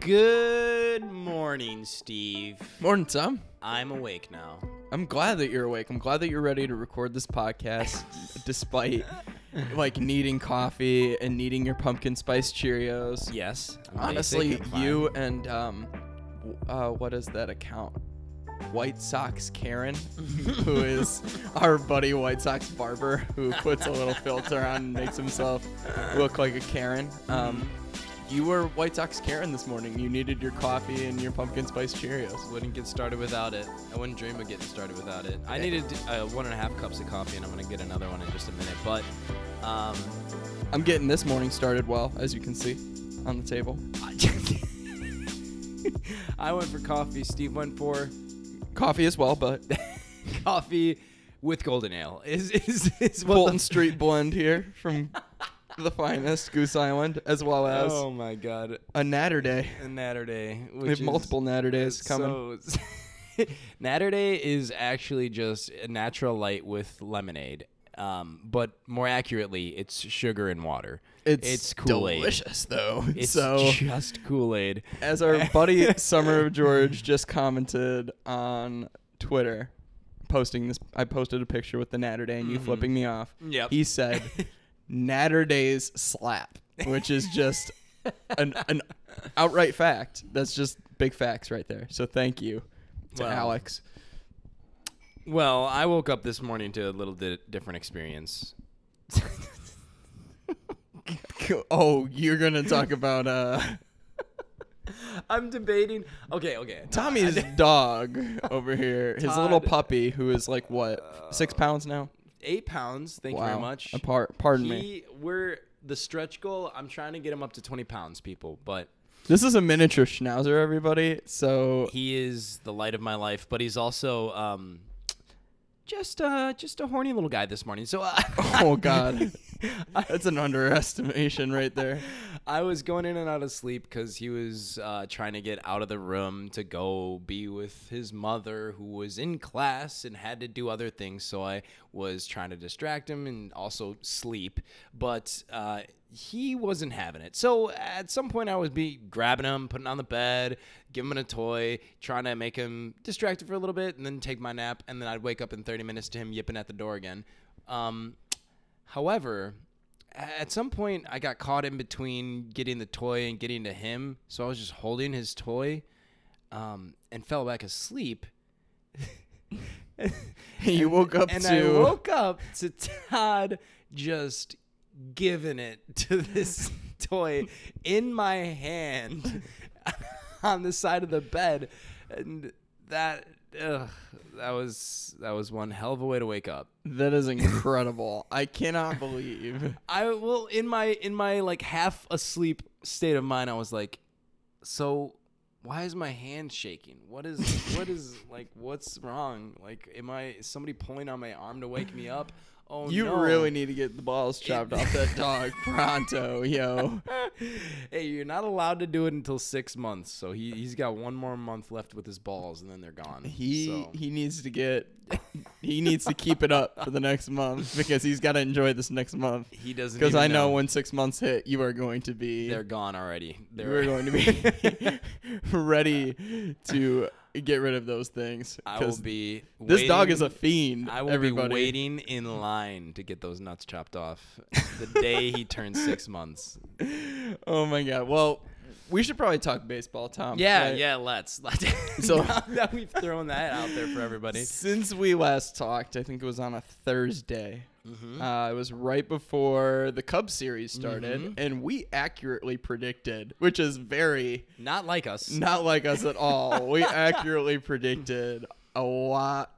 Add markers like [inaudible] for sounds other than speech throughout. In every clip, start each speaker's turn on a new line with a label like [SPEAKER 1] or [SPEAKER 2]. [SPEAKER 1] Good morning, Steve.
[SPEAKER 2] Morning, Tom.
[SPEAKER 1] I'm awake now.
[SPEAKER 2] I'm glad that you're awake. I'm glad that you're ready to record this podcast despite like needing coffee and needing your pumpkin spice Cheerios.
[SPEAKER 1] Yes. I'm
[SPEAKER 2] Honestly,
[SPEAKER 1] basic and fine.
[SPEAKER 2] you and um w- uh what is that account? White Sox
[SPEAKER 1] [laughs]
[SPEAKER 2] Karen, who is our buddy White Sox barber who puts a little filter on and makes himself look like a Karen. Um you were White Sox Karen this morning. You needed your coffee and your pumpkin spice Cheerios.
[SPEAKER 3] Wouldn't get started without it. I wouldn't dream of getting started without it. I needed uh, one and a half cups of coffee, and I'm gonna get another one in just a minute. But um,
[SPEAKER 2] I'm getting this morning started well, as you can see on the table.
[SPEAKER 3] I, [laughs] I went for coffee. Steve went for
[SPEAKER 2] Coffee as well, but
[SPEAKER 3] coffee with golden ale. Is is is [laughs] what
[SPEAKER 2] Fulton
[SPEAKER 3] the-
[SPEAKER 2] Street blend here from the finest Goose Island, as well as
[SPEAKER 3] Oh my god,
[SPEAKER 2] a Natter Day.
[SPEAKER 3] a Natter Day.
[SPEAKER 2] We have
[SPEAKER 3] Which
[SPEAKER 2] multiple Natter Days
[SPEAKER 3] is
[SPEAKER 2] coming.
[SPEAKER 3] So, [laughs] Natter Day is actually just a natural light with lemonade. Um, but more accurately, it's sugar and water.
[SPEAKER 2] it's
[SPEAKER 3] Kool-Aid.
[SPEAKER 2] delicious, though.
[SPEAKER 3] It's
[SPEAKER 2] so,
[SPEAKER 3] just Kool Aid.
[SPEAKER 2] as our buddy
[SPEAKER 3] [laughs]
[SPEAKER 2] Summer George just commented on Twitter, posting this, I posted a picture with the Natter Day and you flipping me off.
[SPEAKER 3] Mm-hmm. Yep. [laughs]
[SPEAKER 2] He said, Natter Days slap, which is just an, an outright fact. That's just big facts right there. So thank you to
[SPEAKER 3] Wow.
[SPEAKER 2] Alex.
[SPEAKER 3] Well, I woke up this morning to a little di- different experience.
[SPEAKER 2] Oh, you're gonna talk
[SPEAKER 3] [laughs]
[SPEAKER 2] about uh,
[SPEAKER 3] I'm debating. Okay, okay. no,
[SPEAKER 2] Tommy's dog over here, his little
[SPEAKER 3] Todd.
[SPEAKER 2] puppy who is like what six pounds now.
[SPEAKER 3] eight pounds. Thank you very much.
[SPEAKER 2] Apart, pardon me.
[SPEAKER 3] He, we're the stretch goal. I'm trying to get him up to 20 pounds, people. But
[SPEAKER 2] This is a miniature schnauzer, everybody.
[SPEAKER 3] [laughs]
[SPEAKER 2] So
[SPEAKER 3] he is the light of my life. But he's also um, just uh, just a horny little guy this morning. So, uh,
[SPEAKER 2] [laughs] Oh,
[SPEAKER 3] [laughs]
[SPEAKER 2] God. that's an underestimation right there. [laughs]
[SPEAKER 3] I was going in and out of sleep because he was uh, trying to get out of the room to go be with his mother, who was in class and had to do other things. So I was trying to distract him and also sleep, but uh, he wasn't having it. So at some point, I was be grabbing him, putting him on the bed, giving him a toy, trying to make him distracted for a little bit, and then take my nap, and then I'd wake up in 30 minutes to him yipping at the door again. Um, However, at some point I got caught in between getting the toy and getting to him, so I was just holding his toy um, and fell back asleep.
[SPEAKER 2] You woke [laughs] up
[SPEAKER 3] and
[SPEAKER 2] to
[SPEAKER 3] I woke up to Todd just giving it to this [laughs] toy in my hand [laughs] on the side of the bed, and that ugh, that was that was one hell of a way to wake up.
[SPEAKER 2] [laughs] That is incredible. I cannot believe.
[SPEAKER 3] I well in my in my like half asleep state of mind, I was like, so why is my hand shaking? What is what
[SPEAKER 2] [laughs]
[SPEAKER 3] is like what's wrong? Like am I is somebody pulling on my arm to wake me up? Oh
[SPEAKER 2] [laughs] You
[SPEAKER 3] no.
[SPEAKER 2] really need to get the balls chopped off that dog
[SPEAKER 3] [laughs]
[SPEAKER 2] pronto, yo.
[SPEAKER 3] [laughs] Hey, you're not allowed to do it until six months. So he he's got one more month left with his balls and then they're gone.
[SPEAKER 2] He
[SPEAKER 3] so.
[SPEAKER 2] he needs
[SPEAKER 3] [laughs]
[SPEAKER 2] to get he needs to keep it up for the next month because he's got to enjoy this next month.
[SPEAKER 3] he doesn't
[SPEAKER 2] Because
[SPEAKER 3] even
[SPEAKER 2] I know when six months hit, you are going to be
[SPEAKER 3] they're gone already.
[SPEAKER 2] you
[SPEAKER 3] They're
[SPEAKER 2] are going to be [laughs] ready to get rid of those things.
[SPEAKER 3] [laughs] I will
[SPEAKER 2] [laughs] 'cause
[SPEAKER 3] be
[SPEAKER 2] This dog is
[SPEAKER 3] waiting-
[SPEAKER 2] a fiend.
[SPEAKER 3] I will
[SPEAKER 2] everybody.
[SPEAKER 3] be waiting in line to get those nuts chopped off the day he turns
[SPEAKER 2] [laughs]
[SPEAKER 3] six months.
[SPEAKER 2] Oh my god. Well, we should probably talk baseball, Tom.
[SPEAKER 3] Yeah,
[SPEAKER 2] right?
[SPEAKER 3] yeah, let's. [laughs]
[SPEAKER 2] So-
[SPEAKER 3] so now that we've thrown that out there for everybody.
[SPEAKER 2] Since we last talked, I think it was on a Thursday.
[SPEAKER 3] Mm-hmm.
[SPEAKER 2] Uh, it was right before the Cubs series started,
[SPEAKER 3] Mm-hmm.
[SPEAKER 2] and we accurately predicted, which is very
[SPEAKER 3] Not like us.
[SPEAKER 2] [laughs] not like us at all. we accurately predicted a lot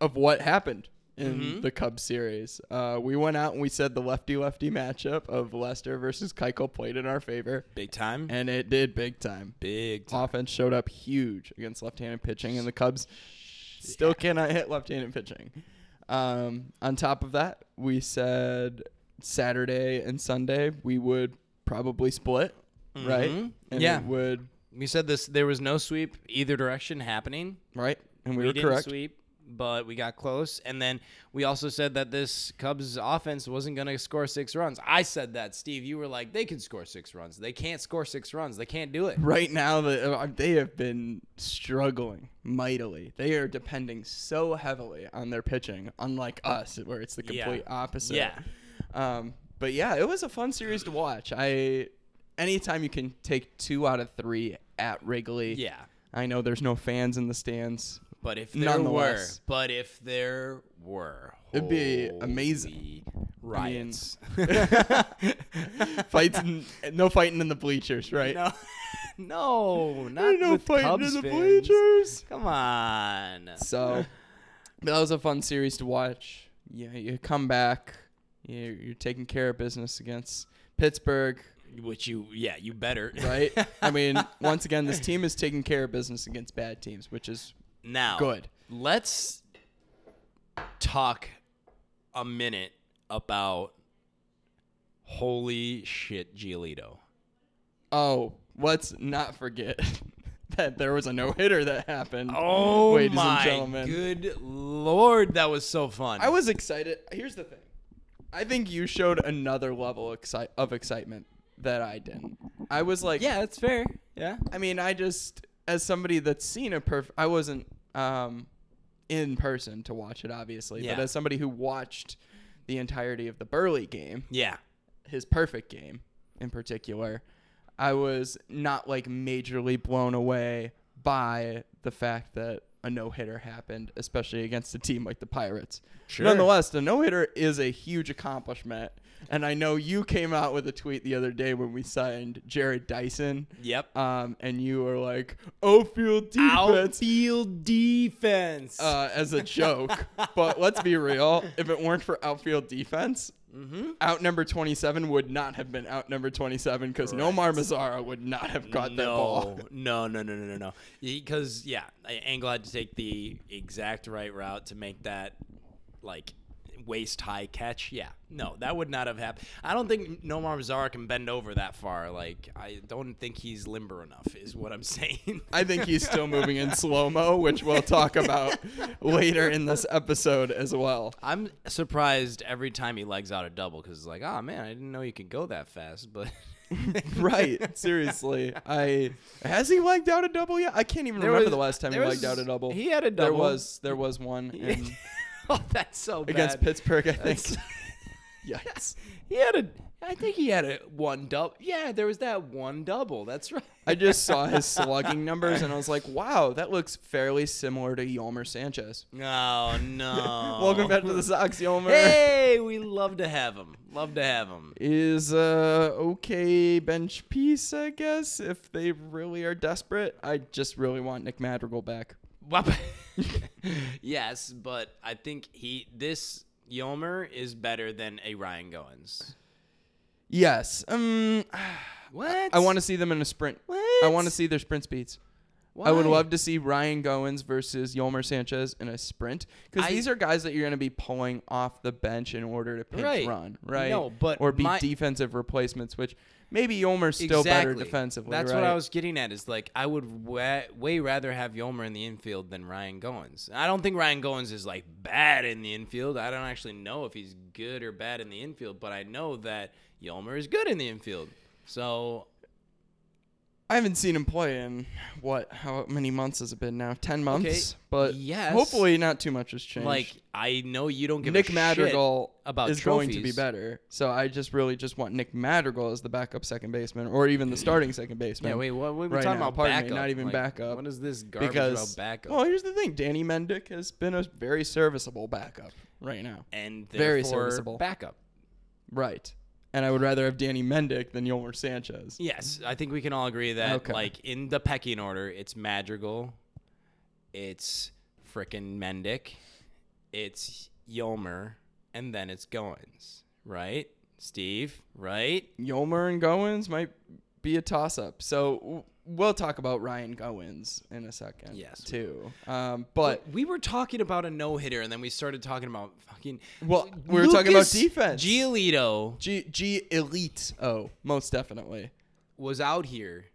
[SPEAKER 2] of what happened in the Cubs series. Uh, we went out and we said the lefty lefty matchup of Lester versus Keiko played in our favor,
[SPEAKER 3] Big time.
[SPEAKER 2] and it did big time
[SPEAKER 3] Big time.
[SPEAKER 2] offense showed up huge against left-handed pitching, and the Cubs still cannot hit left-handed pitching. Um, on top of that, we said Saturday and Sunday we would probably split, right?
[SPEAKER 3] Mhm.
[SPEAKER 2] And
[SPEAKER 3] Yeah.
[SPEAKER 2] it would
[SPEAKER 3] We said this there was no sweep either direction happening.
[SPEAKER 2] right, and we,
[SPEAKER 3] We
[SPEAKER 2] were
[SPEAKER 3] didn't
[SPEAKER 2] correct.
[SPEAKER 3] sweep. but we got close. And then we also said that this Cubs offense wasn't going to score six runs. I said that, Steve. You were like, they can score six runs. They can't score six runs. They can't do it.
[SPEAKER 2] Right now, the, uh, they have been struggling mightily. They are depending so heavily on their pitching, unlike us, where it's the
[SPEAKER 1] Yeah.
[SPEAKER 2] complete opposite.
[SPEAKER 1] Yeah.
[SPEAKER 2] Um, but yeah, it was a fun series to watch. I, anytime you can take two out of three at Wrigley.
[SPEAKER 3] Yeah.
[SPEAKER 2] I know there's no fans in the stands.
[SPEAKER 1] But if there were,
[SPEAKER 2] Nonetheless.
[SPEAKER 1] but if there were,
[SPEAKER 2] It'd be amazing.
[SPEAKER 1] holy
[SPEAKER 2] [laughs]
[SPEAKER 3] Riots. [laughs]
[SPEAKER 2] Fights, in, no fighting in the bleachers, right?
[SPEAKER 3] no, [laughs] no,
[SPEAKER 2] There
[SPEAKER 3] not
[SPEAKER 2] ain't no
[SPEAKER 3] with
[SPEAKER 2] fighting
[SPEAKER 3] Cubs
[SPEAKER 2] in the
[SPEAKER 3] fans.
[SPEAKER 2] bleachers.
[SPEAKER 1] Come on.
[SPEAKER 2] So that was a fun series to watch. You, you come back, you're, you're taking care of business against Pittsburgh,
[SPEAKER 1] Which you, yeah, you
[SPEAKER 3] [laughs]
[SPEAKER 1] better.
[SPEAKER 2] right? I mean, once again, this team is taking care of business against bad teams, which is
[SPEAKER 3] Oh.
[SPEAKER 1] now,
[SPEAKER 2] good.
[SPEAKER 1] Let's
[SPEAKER 3] talk a minute about holy shit Giolito.
[SPEAKER 2] Oh, let's not forget [laughs] that there was a no hitter that happened.
[SPEAKER 1] Oh
[SPEAKER 2] ladies
[SPEAKER 1] my
[SPEAKER 2] and gentlemen.
[SPEAKER 3] Good lord, that was so fun.
[SPEAKER 2] I was excited. Here's the thing. I think you showed another level exci- of excitement that I didn't. I was like,
[SPEAKER 3] yeah, that's fair. Yeah.
[SPEAKER 2] I mean, I just as somebody that's seen a perf, I wasn't um, in person to watch it, obviously, but
[SPEAKER 1] Yeah.
[SPEAKER 2] as somebody who watched the entirety of the Burley game,
[SPEAKER 1] yeah.
[SPEAKER 2] his perfect game in particular, I was not like majorly blown away by the fact that a no hitter happened, especially against a team like the Pirates. Nonetheless, the no hitter is a huge accomplishment. And I know you came out with a tweet the other day when we signed Jared Dyson.
[SPEAKER 1] Yep.
[SPEAKER 2] Um, and you were like, outfield defense
[SPEAKER 3] Outfield defense.
[SPEAKER 2] uh,
[SPEAKER 3] [laughs]
[SPEAKER 2] as a joke. but let's be real. If it weren't for outfield defense,
[SPEAKER 3] Mm-hmm.
[SPEAKER 2] out number 27 would not have been out number 27 because Nomar Mazzara would not have caught that ball.
[SPEAKER 1] No, no, no, no, no, no. Because yeah, I- Angle had to take the exact right route to make that like waist high catch. Yeah, no, that would not have happened. I don't think Nomar Mazara can bend over that far. Like I don't think he's limber enough. Is what I'm [laughs] saying.
[SPEAKER 2] I think he's still moving in slow mo, which we'll talk
[SPEAKER 3] [laughs]
[SPEAKER 2] about later in this episode as well.
[SPEAKER 3] I'm surprised every time he legs out a double because it's like,
[SPEAKER 1] "Ah,
[SPEAKER 3] oh man, I didn't know you could go that fast. But
[SPEAKER 2] [laughs]
[SPEAKER 1] [laughs]
[SPEAKER 2] Right, seriously. I has he legged out a double yet? I can't even
[SPEAKER 3] There
[SPEAKER 2] remember
[SPEAKER 3] was-
[SPEAKER 2] the last time he
[SPEAKER 3] there
[SPEAKER 2] legged out
[SPEAKER 3] was-
[SPEAKER 2] a double.
[SPEAKER 3] he had a
[SPEAKER 2] There
[SPEAKER 3] double. [laughs]
[SPEAKER 2] was there was one in,
[SPEAKER 3] oh, that's so bad.
[SPEAKER 2] [laughs] against Pittsburgh, I think.
[SPEAKER 3] That's-
[SPEAKER 2] [laughs] Yikes.
[SPEAKER 3] [laughs] he had a. I think he had a one double. Yeah, there was that one double. That's right. [laughs]
[SPEAKER 2] I just saw his slugging numbers and I was like, wow, that looks fairly similar to Yolmer Sanchez.
[SPEAKER 1] Oh no.
[SPEAKER 2] [laughs] Welcome back to the Sox, Yolmer.
[SPEAKER 1] Hey, we love to have him. Love to have him.
[SPEAKER 2] Is uh okay bench piece, I guess, if they really are desperate. I just really want Nick Madrigal back. [laughs]
[SPEAKER 3] [laughs]
[SPEAKER 1] Wop- yes, but I think he this Yomer is better than a Ryan Goins.
[SPEAKER 2] Yes. Um
[SPEAKER 1] What?
[SPEAKER 2] I want to see them in a sprint. I want to see their sprint speeds. I would love to see Ryan Goins versus Yolmer Sanchez in a sprint because
[SPEAKER 1] I-
[SPEAKER 2] these are guys that you're going to be pulling off the bench in order to pinch
[SPEAKER 1] Right.
[SPEAKER 2] run, right?
[SPEAKER 1] No, but
[SPEAKER 2] or be
[SPEAKER 1] my-
[SPEAKER 2] defensive replacements, which maybe Yolmer's still better defensively.
[SPEAKER 3] That's what I
[SPEAKER 2] right?
[SPEAKER 3] was getting at. Is like I would way, way rather have Yomer in the infield than Ryan Goins. I don't think Ryan Goins is like bad in the infield. I don't actually know if he's good or bad in the infield, but I know that Yomer is good in the infield. So
[SPEAKER 2] I haven't seen him play in what? How many months has it been now? Ten months,
[SPEAKER 3] Okay,
[SPEAKER 2] but
[SPEAKER 3] yes.
[SPEAKER 2] hopefully not too much has changed.
[SPEAKER 3] like I know you don't give a
[SPEAKER 2] Nick
[SPEAKER 3] shit
[SPEAKER 2] Madrigal
[SPEAKER 3] about
[SPEAKER 2] is going to be
[SPEAKER 3] trophies.
[SPEAKER 2] better, so I just really just want Nick Madrigal as the backup second baseman, or
[SPEAKER 3] [clears throat]
[SPEAKER 2] even the starting second baseman.
[SPEAKER 3] Yeah, wait, what, what are we
[SPEAKER 2] right
[SPEAKER 3] talking
[SPEAKER 2] now.
[SPEAKER 3] about?
[SPEAKER 2] Pardon me,
[SPEAKER 3] Backup,
[SPEAKER 2] not even
[SPEAKER 3] Like,
[SPEAKER 2] backup.
[SPEAKER 3] What is this garbage
[SPEAKER 2] because Oh,
[SPEAKER 3] about backup?
[SPEAKER 2] Well, here's the thing: Danny Mendick has been a very serviceable backup right now.
[SPEAKER 1] and
[SPEAKER 2] Very
[SPEAKER 1] therefore-
[SPEAKER 2] serviceable.
[SPEAKER 3] backup.
[SPEAKER 2] Right, and I would rather have Danny Mendick than Yolmer Sanchez.
[SPEAKER 1] Yes, I think we can all agree that
[SPEAKER 2] Okay.
[SPEAKER 1] like in the pecking order, it's Madrigal, it's frickin' Mendick, it's Yomer, and then it's Goins, right? Steve, right?
[SPEAKER 2] Yolmer and Goins might be a toss-up. So w- we'll talk about Ryan Goins in a second.
[SPEAKER 1] Yes, we
[SPEAKER 2] too. Um, but
[SPEAKER 1] We were talking about a no hitter, and then we started talking about fucking.
[SPEAKER 2] well, we were talking about
[SPEAKER 1] Lucas
[SPEAKER 2] defense. G
[SPEAKER 1] Giolito
[SPEAKER 2] G, G elite. Oh, most definitely.
[SPEAKER 1] was out here,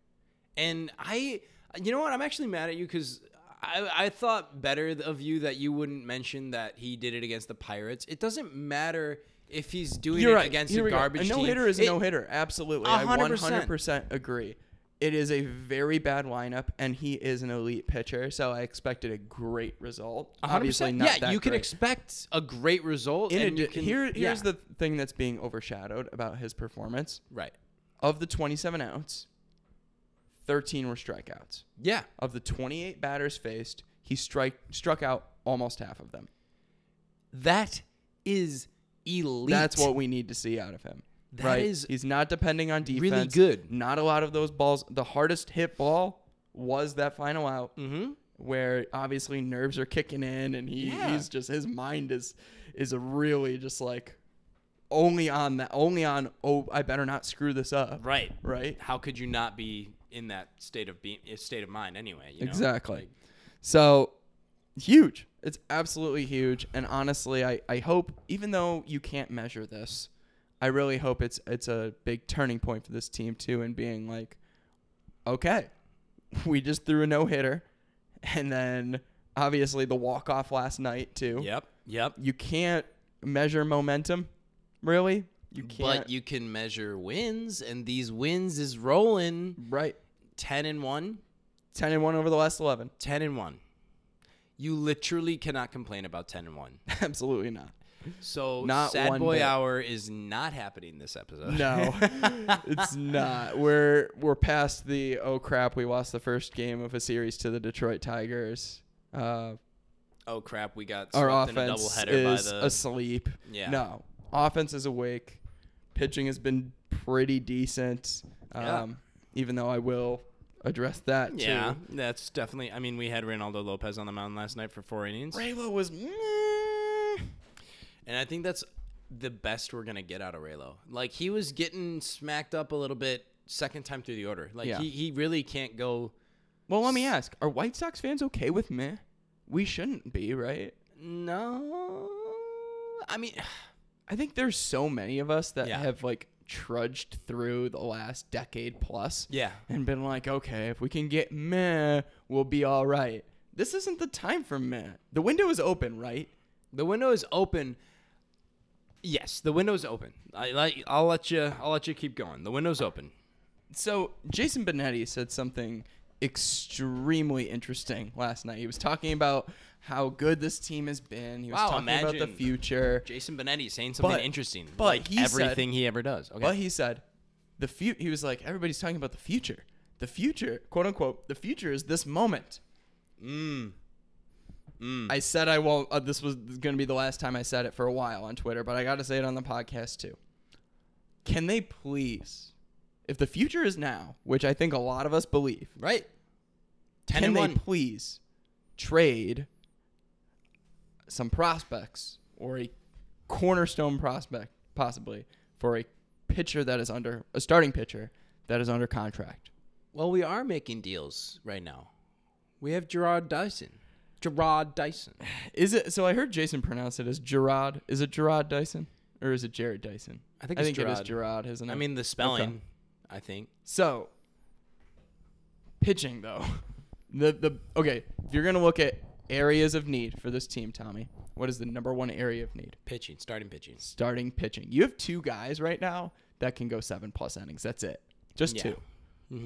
[SPEAKER 1] and I, you know what? I'm actually mad at you because
[SPEAKER 3] I, I thought better of you that you wouldn't mention that he did it against the Pirates. It doesn't matter if he's doing
[SPEAKER 2] You're
[SPEAKER 3] it
[SPEAKER 2] right.
[SPEAKER 3] against
[SPEAKER 2] Here
[SPEAKER 3] a
[SPEAKER 2] we go.
[SPEAKER 3] garbage
[SPEAKER 2] a no
[SPEAKER 3] team.
[SPEAKER 2] hitter is a
[SPEAKER 3] It-
[SPEAKER 2] no hitter. Absolutely,
[SPEAKER 3] A
[SPEAKER 2] I
[SPEAKER 3] hundred percent.
[SPEAKER 2] 100 percent agree. It is a very bad lineup, and he is an elite pitcher, so I expected a great result.
[SPEAKER 3] A hundred
[SPEAKER 2] Obviously,
[SPEAKER 3] percent.
[SPEAKER 2] not
[SPEAKER 3] yeah,
[SPEAKER 2] that
[SPEAKER 3] you can
[SPEAKER 2] great.
[SPEAKER 3] expect a great result.
[SPEAKER 2] In
[SPEAKER 3] and you
[SPEAKER 2] addi-
[SPEAKER 3] can-
[SPEAKER 2] here, here's
[SPEAKER 3] yeah.
[SPEAKER 2] the thing that's being overshadowed about his performance.
[SPEAKER 3] right.
[SPEAKER 2] Of the 27 outs, 13 were strikeouts.
[SPEAKER 3] Yeah,
[SPEAKER 2] Of the 28 batters faced, he strike struck out almost half of them.
[SPEAKER 3] that is elite.
[SPEAKER 2] That's what we need to see out of him.
[SPEAKER 3] That
[SPEAKER 2] right?
[SPEAKER 3] is
[SPEAKER 2] He's not depending on defense.
[SPEAKER 3] really good.
[SPEAKER 2] Not a lot of those balls. The hardest hit ball was that final out,
[SPEAKER 3] Mm-hmm.
[SPEAKER 2] where obviously nerves are kicking in, and he,
[SPEAKER 3] Yeah.
[SPEAKER 2] he's just his mind is is a really just like only on that, only on oh I better not screw this up,
[SPEAKER 3] Right.
[SPEAKER 2] right?
[SPEAKER 3] How could you not be in that state of being state of mind anyway? You know?
[SPEAKER 2] Exactly.
[SPEAKER 3] Like,
[SPEAKER 2] so huge. It's absolutely huge. And honestly, I, I hope even though you can't measure this, I really hope it's it's a big turning point for this team too and being like, okay, [laughs] we just threw a no hitter and then obviously the walk off last night too.
[SPEAKER 3] yep. Yep.
[SPEAKER 2] You can't measure momentum, really. You can't
[SPEAKER 3] But you can measure wins, and these wins is rolling
[SPEAKER 2] right.
[SPEAKER 3] ten and one,
[SPEAKER 2] Ten and one over the last eleven. [laughs]
[SPEAKER 3] 10 and 1. You literally cannot complain about 10 and 1.
[SPEAKER 2] absolutely not.
[SPEAKER 3] [laughs] So
[SPEAKER 2] Not
[SPEAKER 3] sad
[SPEAKER 2] one
[SPEAKER 3] boy
[SPEAKER 2] bit.
[SPEAKER 3] hour is not happening this episode.
[SPEAKER 2] No, [laughs] it's not. We're we're past the oh crap, we lost the first game of a series to the Detroit Tigers. Uh,
[SPEAKER 3] [laughs] Oh crap, we got
[SPEAKER 2] our
[SPEAKER 3] swept in a
[SPEAKER 2] offense
[SPEAKER 3] doubleheader by
[SPEAKER 2] is
[SPEAKER 3] the
[SPEAKER 2] asleep.
[SPEAKER 3] Yeah.
[SPEAKER 2] No, offense is awake. Pitching has been pretty decent. Um,
[SPEAKER 3] Yeah.
[SPEAKER 2] Even though I will address that
[SPEAKER 3] Yeah,
[SPEAKER 2] too.
[SPEAKER 3] that's definitely I mean, we had Ronaldo Lopez on the mound last night for 4 innings.
[SPEAKER 2] Raylo was meh.
[SPEAKER 3] And I think that's the best we're gonna get out of Raylo. Like he was getting smacked up a little bit second time through the order. Like
[SPEAKER 2] Yeah.
[SPEAKER 3] he, he really can't go.
[SPEAKER 2] Well, let me ask: Are White Sox fans okay with meh? We shouldn't be, right?
[SPEAKER 3] No, I mean, [sighs]
[SPEAKER 2] I think there's so many of us that
[SPEAKER 3] Yeah.
[SPEAKER 2] have like trudged through the last decade plus
[SPEAKER 3] yeah,
[SPEAKER 2] and been like, okay, if we can get meh, we'll be all right. This isn't the time for meh. The window is open, right?
[SPEAKER 3] The window is open. Yes, the window is open. I like. I'll let you. I'll let you keep going. The window's open.
[SPEAKER 2] So Jason Benetti said something extremely interesting last night. He was talking about how good this team has been. He was
[SPEAKER 3] Wow,
[SPEAKER 2] talking about the
[SPEAKER 3] imagine.
[SPEAKER 2] future.
[SPEAKER 3] Jason Benetti saying something
[SPEAKER 2] But-
[SPEAKER 3] interesting.
[SPEAKER 2] but
[SPEAKER 3] like
[SPEAKER 2] he said-
[SPEAKER 3] everything he ever does. Okay.
[SPEAKER 2] But he said, the fu- he was like, everybody's talking about the future. The future, quote unquote, the future is this moment.
[SPEAKER 3] mm. Mm.
[SPEAKER 2] I said I won't. Uh, this was going to be the last time I said it for a while on Twitter, but I got to say it on the podcast too. Can they please, if the future is now, which I think a lot of us believe,
[SPEAKER 3] right. Ten
[SPEAKER 2] can
[SPEAKER 3] and
[SPEAKER 2] they
[SPEAKER 3] one.
[SPEAKER 2] please trade some prospects or a cornerstone prospect, possibly, for a pitcher that is under a starting pitcher that is under contract?
[SPEAKER 3] well, we are making deals right now. We have Gerard Dyson. Gerard Dyson.
[SPEAKER 2] Is it so? I heard Jason pronounce it as Gerard. Is it Gerard Dyson or is it Jared Dyson?
[SPEAKER 3] I think
[SPEAKER 2] I
[SPEAKER 3] it's
[SPEAKER 2] think it is
[SPEAKER 3] Gerard.
[SPEAKER 2] Gerard, isn't it?
[SPEAKER 3] [sighs] I mean the spelling. I think.
[SPEAKER 2] So, pitching though, [laughs] the the okay, if you're gonna look at areas of need for this team, Tommy, what is the number one area of need?
[SPEAKER 3] Pitching. Starting pitching.
[SPEAKER 2] Starting pitching. You have two guys right now that can go seven plus innings. That's it, just
[SPEAKER 3] Yeah. Mm-hmm.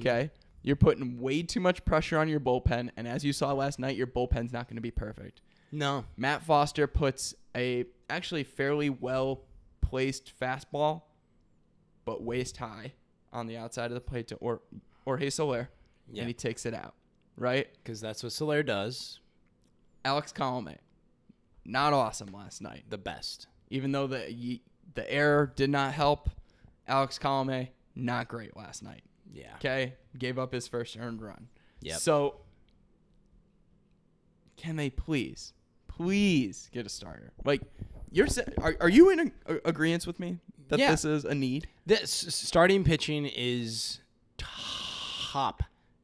[SPEAKER 2] 2 Okay, you're putting way too much pressure on your bullpen, and as you saw last night, your bullpen's not gonna be perfect.
[SPEAKER 3] No.
[SPEAKER 2] Matt Foster puts a actually fairly well placed fastball, but waist high on the outside of the plate to or Jorge Soler,
[SPEAKER 3] Yeah.
[SPEAKER 2] and he takes it out. Right,
[SPEAKER 3] Because that's what Solaire does.
[SPEAKER 2] Alex Colome, not awesome last night.
[SPEAKER 3] The best.
[SPEAKER 2] Even though the y- the error did not help, Alex Colome not great last night.
[SPEAKER 3] Yeah.
[SPEAKER 2] Okay, gave up his first earned run.
[SPEAKER 3] Yep.
[SPEAKER 2] So, can they please, please get a starter? Like, you're sa- are, are you in a, a- agreeance with me that
[SPEAKER 3] Yeah.
[SPEAKER 2] this is a need?
[SPEAKER 3] This starting pitching is top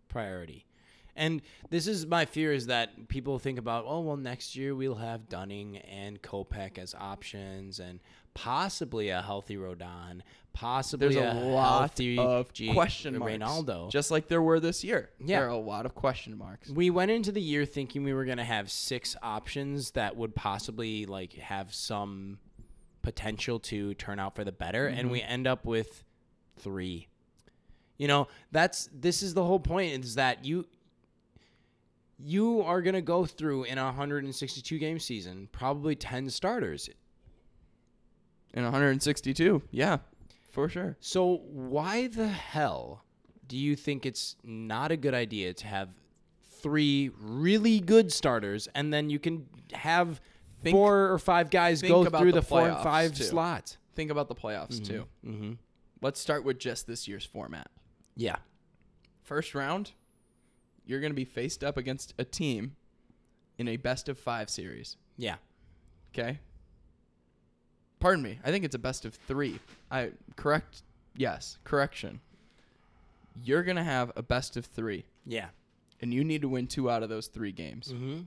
[SPEAKER 3] priority. And this is my fear is that people think about, oh well next year we'll have Dunning and Kopech as options and possibly a healthy Rodon, possibly
[SPEAKER 2] There's a, lot
[SPEAKER 3] healthy
[SPEAKER 2] of
[SPEAKER 3] G-
[SPEAKER 2] question marks.
[SPEAKER 3] Ronaldo.
[SPEAKER 2] Just like there were this year.
[SPEAKER 3] Yeah.
[SPEAKER 2] There are a lot of question marks.
[SPEAKER 3] we went into the year thinking we were going to have six options that would possibly like have some potential to turn out for the better and we end up with three you know that's this is the whole point is that you you are going to go through in a 162 game season probably 10 starters
[SPEAKER 2] And 162. Yeah. For sure.
[SPEAKER 3] So why the hell do you think it's not a good idea to have three really good starters and then you can have
[SPEAKER 2] Think-
[SPEAKER 3] four or five guys
[SPEAKER 2] think
[SPEAKER 3] go
[SPEAKER 2] about
[SPEAKER 3] through the,
[SPEAKER 2] the
[SPEAKER 3] four and
[SPEAKER 2] playoffs,
[SPEAKER 3] five
[SPEAKER 2] too.
[SPEAKER 3] slots?
[SPEAKER 2] Think about the playoffs too.
[SPEAKER 3] Mm-hmm.
[SPEAKER 2] Let's start with just this year's format.
[SPEAKER 3] Yeah.
[SPEAKER 2] First round, you're going to be faced up against a team in a best of 5 series.
[SPEAKER 3] Yeah.
[SPEAKER 2] Okay. Pardon me. I think it's a best of three. I correct. Yes, correction. You're gonna have a best of three,
[SPEAKER 3] Yeah.
[SPEAKER 2] and you need to win two out of those three games.
[SPEAKER 3] Mm-hmm.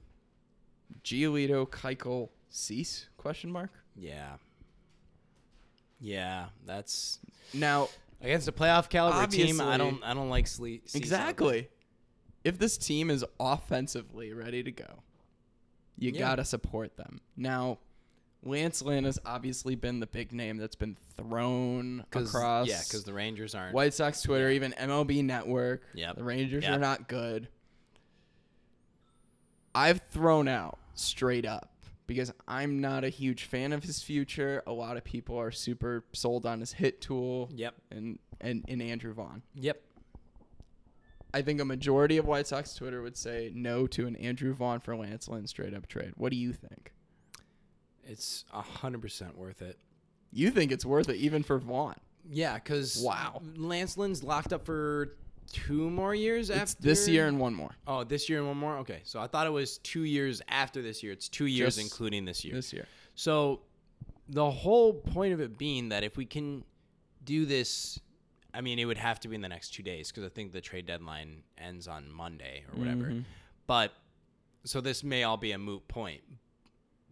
[SPEAKER 2] Giolito, Keuchel, Cease? Question mark.
[SPEAKER 3] Yeah. Yeah. That's
[SPEAKER 2] Now,
[SPEAKER 3] against a playoff caliber team. I
[SPEAKER 2] Obviously-
[SPEAKER 3] don't. I don't like sleep.
[SPEAKER 2] exactly. If this team is offensively ready to go, you
[SPEAKER 3] Yeah.
[SPEAKER 2] gotta support them. Now, Lance Lynn has obviously been the big name that's been thrown across.
[SPEAKER 3] Yeah, because the Rangers aren't.
[SPEAKER 2] White Sox Twitter, even MLB Network.
[SPEAKER 3] Yep.
[SPEAKER 2] The Rangers
[SPEAKER 3] Yep.
[SPEAKER 2] are not good. I've thrown out straight up because I'm not a huge fan of his future. A lot of people are super sold on his hit tool
[SPEAKER 3] Yep.
[SPEAKER 2] and, and, and Andrew Vaughn.
[SPEAKER 3] Yep.
[SPEAKER 2] I think a majority of White Sox Twitter would say no to an Andrew Vaughn for Lance Lynn straight up trade. What do you think?
[SPEAKER 3] It's hundred percent worth it.
[SPEAKER 2] You think it's worth it even for Vaughn?
[SPEAKER 3] Yeah, because
[SPEAKER 2] Wow.
[SPEAKER 3] Lance Lynn's locked up for two more years
[SPEAKER 2] It's
[SPEAKER 3] after
[SPEAKER 2] this year and one more.
[SPEAKER 3] oh, this year and one more. Okay, so I thought it was two years after this year. It's two years,
[SPEAKER 2] Just
[SPEAKER 3] including this year.
[SPEAKER 2] This year.
[SPEAKER 3] So the whole point of it being that if we can do this, I mean, it would have to be in the next two days because I think the trade deadline ends on Monday or whatever.
[SPEAKER 2] Mm-hmm.
[SPEAKER 3] But so this may all be a moot point.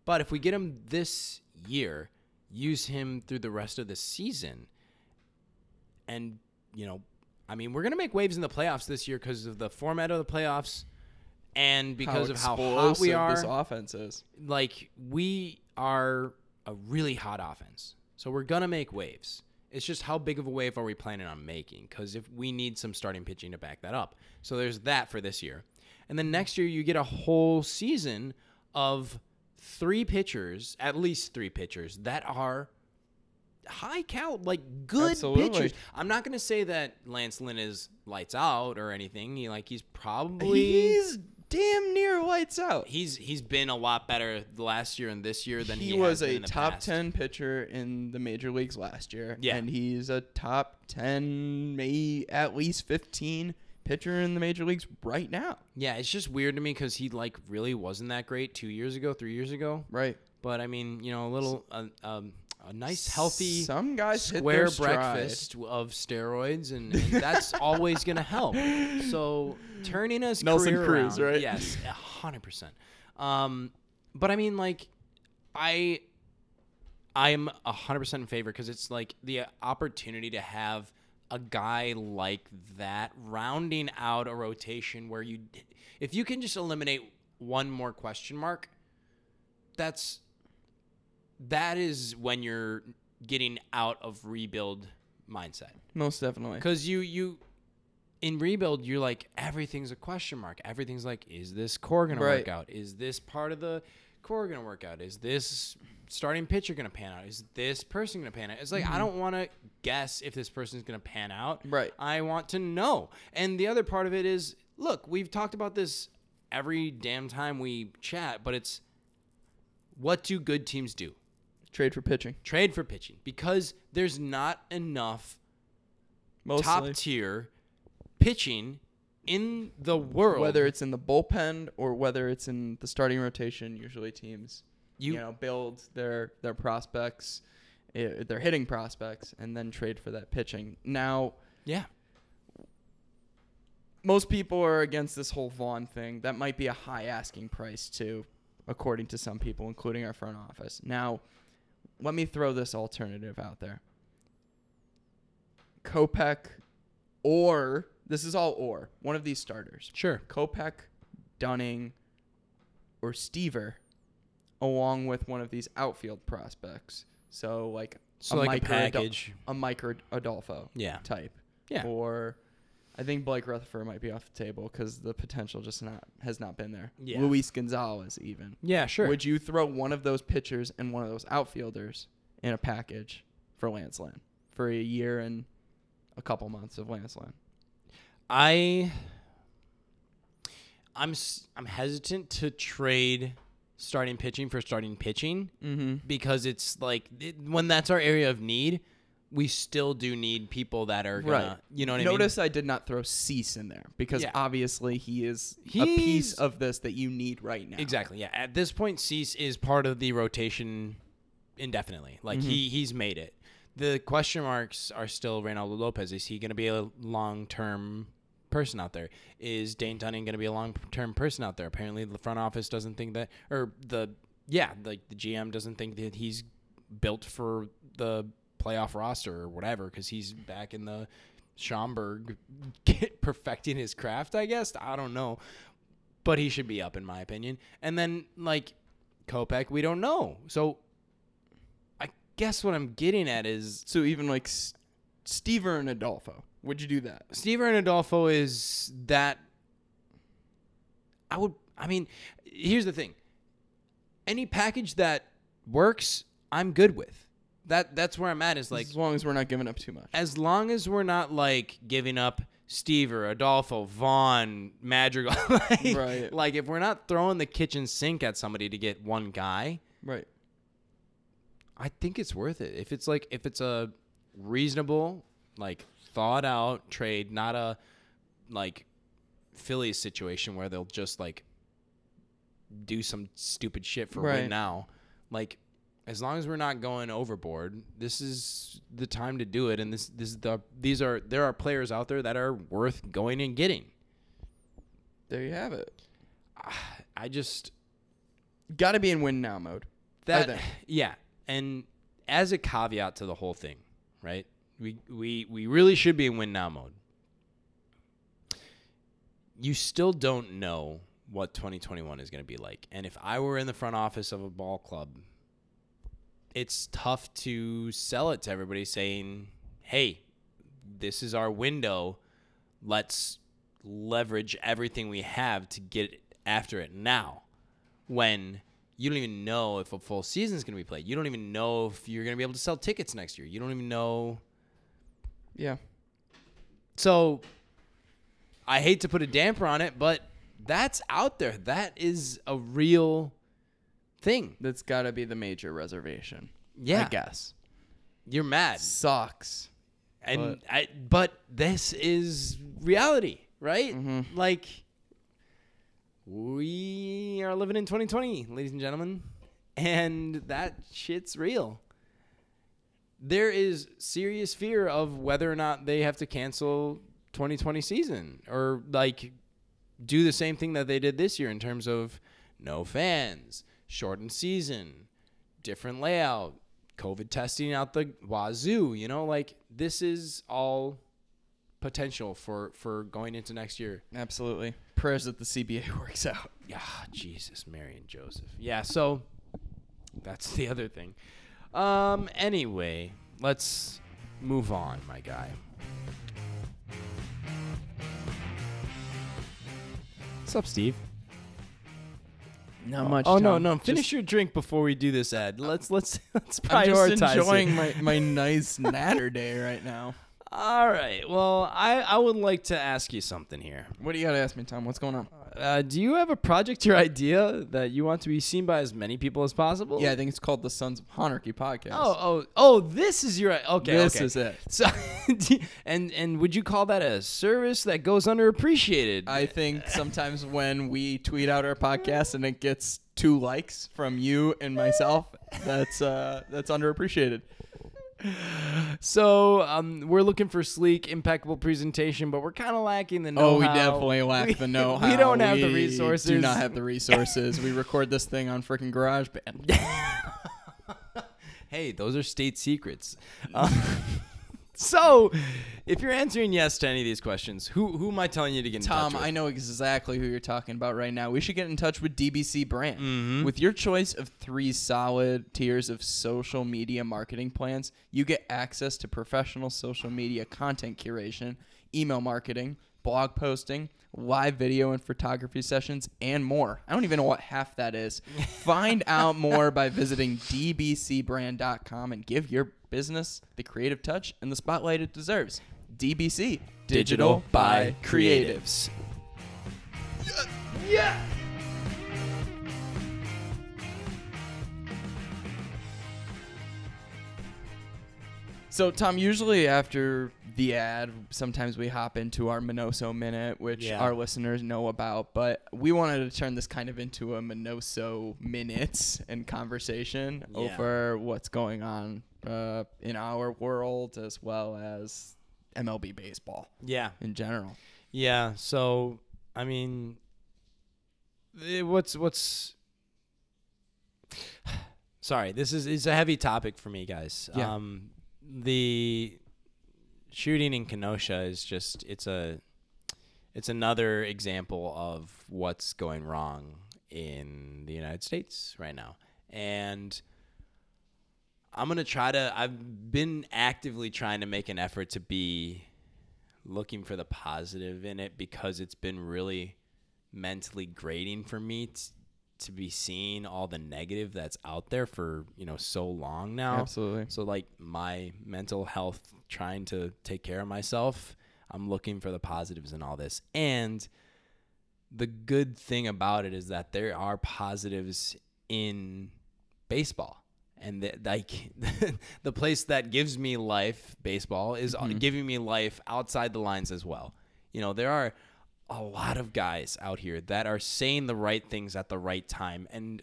[SPEAKER 3] But if we get him this year, use him through the rest of the season, and you know, I mean, we're gonna make waves in the playoffs this year because of the format of the playoffs, and because of how hot we
[SPEAKER 2] explosive
[SPEAKER 3] are
[SPEAKER 2] This offense is.
[SPEAKER 3] like we are a really hot offense. So we're gonna make waves. It's just how big of a wave are we planning on making? Because if we need some starting pitching to back that up, so there's that for this year, and then next year you get a whole season of three pitchers, at least three pitchers that are high cal, like good
[SPEAKER 2] Absolutely.
[SPEAKER 3] pitchers. I'm not gonna say that Lance Lynn is lights out or anything. He, like he's probably
[SPEAKER 2] He's damn near lights out.
[SPEAKER 3] he's he's been a lot better the last year and this year than he,
[SPEAKER 2] He was
[SPEAKER 3] has been
[SPEAKER 2] a
[SPEAKER 3] in the
[SPEAKER 2] top
[SPEAKER 3] past.
[SPEAKER 2] 10 pitcher in the major leagues last year.
[SPEAKER 3] Yeah.
[SPEAKER 2] And he's a top 10, maybe at least 15 pitcher in the major leagues right now.
[SPEAKER 3] Yeah, it's just weird to me because he like really wasn't that great two years ago, three years ago.
[SPEAKER 2] Right.
[SPEAKER 3] But I mean, you know, a little uh, um, a nice healthy
[SPEAKER 2] Some guys hit
[SPEAKER 3] square
[SPEAKER 2] their stride.
[SPEAKER 3] breakfast of steroids, and, and
[SPEAKER 2] [laughs]
[SPEAKER 3] that's always gonna help. So turning his
[SPEAKER 2] Nelson
[SPEAKER 3] career
[SPEAKER 2] Cruz,
[SPEAKER 3] around-
[SPEAKER 2] right?
[SPEAKER 3] Yes, a hundred percent. Um, but I mean, like, I I'm 100% in favor because it's like the opportunity to have a guy like that rounding out a rotation where you, if you can just eliminate one more question mark, that's, that is when you're getting out of rebuild mindset.
[SPEAKER 2] Most definitely.
[SPEAKER 3] Because you you in rebuild, you're like everything's a question mark. Everything's like, is this core gonna work
[SPEAKER 2] Right.
[SPEAKER 3] out? Is this part of the core gonna work out? Is this starting pitcher gonna pan out? Is this person gonna pan out? It's like I don't want to guess if this person's gonna pan out.
[SPEAKER 2] Mm-hmm. Right.
[SPEAKER 3] I want to know. And the other part of it is, look, we've talked about this every damn time we chat, but it's what do good teams do?
[SPEAKER 2] Trade for pitching.
[SPEAKER 3] Trade for pitching because there's not enough
[SPEAKER 2] Mostly.
[SPEAKER 3] top tier pitching in the world.
[SPEAKER 2] whether it's in the bullpen or whether it's in the starting rotation, usually teams
[SPEAKER 3] you,
[SPEAKER 2] you know build their their prospects eh, their hitting prospects and then trade for that pitching now
[SPEAKER 3] yeah,
[SPEAKER 2] most people are against this whole vaughn thing that might be a high asking price too according to some people including our front office now let me throw this alternative out there. Kopech or this is all or one of these starters.
[SPEAKER 3] Sure.
[SPEAKER 2] Kopech, Dunning, or Stever, along with one of these outfield prospects. So like
[SPEAKER 3] So like a
[SPEAKER 2] Mike or Adol-
[SPEAKER 3] package.
[SPEAKER 2] a Mike or Adolfo
[SPEAKER 3] Yeah.
[SPEAKER 2] type.
[SPEAKER 3] Yeah.
[SPEAKER 2] Or I think Blake Rutherford might be off the table because the potential just not has not been there.
[SPEAKER 1] Yeah.
[SPEAKER 2] Luis Gonzalez even.
[SPEAKER 3] Yeah, sure.
[SPEAKER 2] Would you throw one of those pitchers and one of those outfielders in a package for Lance Lynn for a year and a couple months of Lance Lynn?
[SPEAKER 3] I I'm s- I'm hesitant to trade starting pitching for starting pitching
[SPEAKER 2] Mm-hmm.
[SPEAKER 3] because it's like it, when that's our area of need, we still do need people that are gonna,
[SPEAKER 2] Right.
[SPEAKER 3] you know what
[SPEAKER 2] Notice I did not throw Cease in there because
[SPEAKER 3] Yeah.
[SPEAKER 2] obviously he is a piece
[SPEAKER 3] He's-
[SPEAKER 2] of this that you need right now.
[SPEAKER 3] I mean? Exactly. Yeah. At this point, Cease is part of the rotation indefinitely. Like he he's made it. The question marks are still Reynaldo Lopez. Is he going to be a long term person out there? Is Dane Dunning going to be a long term person out there? Apparently, the front office doesn't think that, or the yeah, like the GM doesn't think that he's built for the playoff roster or whatever because he's back in the [laughs] Schomburg perfecting his craft. I guess I don't know, but he should be up in my opinion. And then like Kopech, we don't know. So I guess what I'm getting at is
[SPEAKER 2] So even like S- Stever and Adolfo, would you do that?
[SPEAKER 3] Steve and Adolfo is that I would I mean, here's the thing. Any package that works, I'm good with. That that's where I'm at is like
[SPEAKER 2] as long as we're not giving up too much.
[SPEAKER 3] as long as we're not like giving up Stever, Adolfo, Vaughn, Madrigal, [laughs] like,
[SPEAKER 2] Right.
[SPEAKER 3] like if we're not throwing the kitchen sink at somebody to get one guy,
[SPEAKER 2] Right.
[SPEAKER 3] I think it's worth it. If it's like if it's a reasonable, like thought out trade, not a like Phillies situation where they'll just like do some stupid shit for right
[SPEAKER 2] Right.
[SPEAKER 3] now. Like as long as we're not going overboard, this is the time to do it and this this is the these are there are players out there that are worth going and getting. [sighs]
[SPEAKER 2] There you have it.
[SPEAKER 3] I just
[SPEAKER 2] Got to be in win now mode.
[SPEAKER 3] that
[SPEAKER 2] think.
[SPEAKER 3] [sighs] yeah and as a caveat to the whole thing right we we we really should be in win now mode you still don't know what 2021 is going to be like and if i were in the front office of a ball club it's tough to sell it to everybody saying hey this is our window let's leverage everything we have to get after it now when you don't even know if a full season is going to be played. You don't even know if you're going to be able to sell tickets next year. You don't even know.
[SPEAKER 2] Yeah.
[SPEAKER 3] So I hate to put a damper on it, but that's out there. That is a real thing.
[SPEAKER 2] That's got to be the major reservation.
[SPEAKER 3] Yeah.
[SPEAKER 2] I guess.
[SPEAKER 3] You're mad.
[SPEAKER 2] Sucks.
[SPEAKER 3] And I but this is reality, right? Like we are living in 2020, ladies and gentlemen, and that shit's real. There is serious fear of whether or not they have to cancel 2020 season or like do the same thing that they did this year in terms of no fans, shortened season, different layout, COVID testing out the wazoo. You know, like this is all potential for for going into next year.
[SPEAKER 2] Absolutely. Prayers that the CBA [laughs] works out.
[SPEAKER 3] Yeah, Jesus, Mary and Joseph. Yeah, so that's the other thing. Um, anyway, let's move on, my guy. What's up, Steve?
[SPEAKER 2] Not much.
[SPEAKER 3] Oh no, no! Finish your drink before we do this ad. Let's let's [laughs] let's
[SPEAKER 2] I'm
[SPEAKER 3] prioritize.
[SPEAKER 2] just
[SPEAKER 3] it.
[SPEAKER 2] enjoying my, my nice natter day right now.
[SPEAKER 3] [laughs] All right. Well, I I would like to ask you something here.
[SPEAKER 2] What do you got to ask me, Tom? What's going on?
[SPEAKER 3] Uh, do you have a project or idea that you want to be seen by as many people as possible?
[SPEAKER 2] Yeah, I think it's called the Sons of Honarchy podcast.
[SPEAKER 3] Oh, oh, oh! This is your okay.
[SPEAKER 2] this
[SPEAKER 3] okay.
[SPEAKER 2] is it.
[SPEAKER 3] So, [laughs] do- and and would you call that a service that goes underappreciated?
[SPEAKER 2] I think sometimes when we tweet out our podcast and it gets two likes from you and myself, that's uh, that's underappreciated.
[SPEAKER 3] so um, we're looking for sleek, impeccable presentation, but we're kind of lacking the know.
[SPEAKER 2] Oh, we definitely lack the know how.
[SPEAKER 3] [laughs] We don't have the
[SPEAKER 2] We
[SPEAKER 3] resources.
[SPEAKER 2] Do not have the resources. we record this thing on freaking GarageBand.
[SPEAKER 4] [laughs] Hey, those are state secrets. Uh, [laughs] so, if you're answering yes to any of these questions, who who am I telling you to get in
[SPEAKER 2] Tom,
[SPEAKER 4] touch with?
[SPEAKER 2] I know exactly who you're talking about right now. We should get in touch with DBC Brand.
[SPEAKER 4] Mm-hmm.
[SPEAKER 2] With your choice of three solid tiers of social media marketing plans, you get access to professional social media content curation, email marketing, blog posting, live video and photography sessions, and more. I don't even know what half
[SPEAKER 4] [laughs]
[SPEAKER 2] that is. Find out more by visiting dbcbrand.com and give your business the creative touch and the spotlight it deserves. DBC, Digital by Creative. So, Tom, usually after the ad, sometimes we hop into our Minoso Minute, which
[SPEAKER 3] Yeah.
[SPEAKER 2] our listeners know about, but we wanted to turn this kind of into a Minoso Minutes and conversation
[SPEAKER 3] Yeah.
[SPEAKER 2] over what's going on uh, in our world as well as MLB baseball
[SPEAKER 3] Yeah.
[SPEAKER 2] in general.
[SPEAKER 3] Yeah. So I mean, eh, what's
[SPEAKER 4] [sighs]
[SPEAKER 3] what's sorry. This is is a heavy topic for me, guys.
[SPEAKER 2] Yeah.
[SPEAKER 3] Um, the shooting in Kenosha is just it's a it's another example of what's going wrong in the United States right now, and. I'm gonna try to. I've been actively trying to make an effort to be looking for the positive in it because it's been really mentally grating for me t- to be seeing all the negative that's out there for you know so long now.
[SPEAKER 2] Absolutely.
[SPEAKER 3] So like my mental health, trying to take care of myself, I'm looking for the positives in all this. And the good thing about it is that there are positives in baseball. And that like [laughs] the place that gives me life, baseball, is uh,
[SPEAKER 2] Mm-hmm.
[SPEAKER 3] giving me life outside the lines as well. You know, there are a lot of guys out here that are saying the right things at the right time and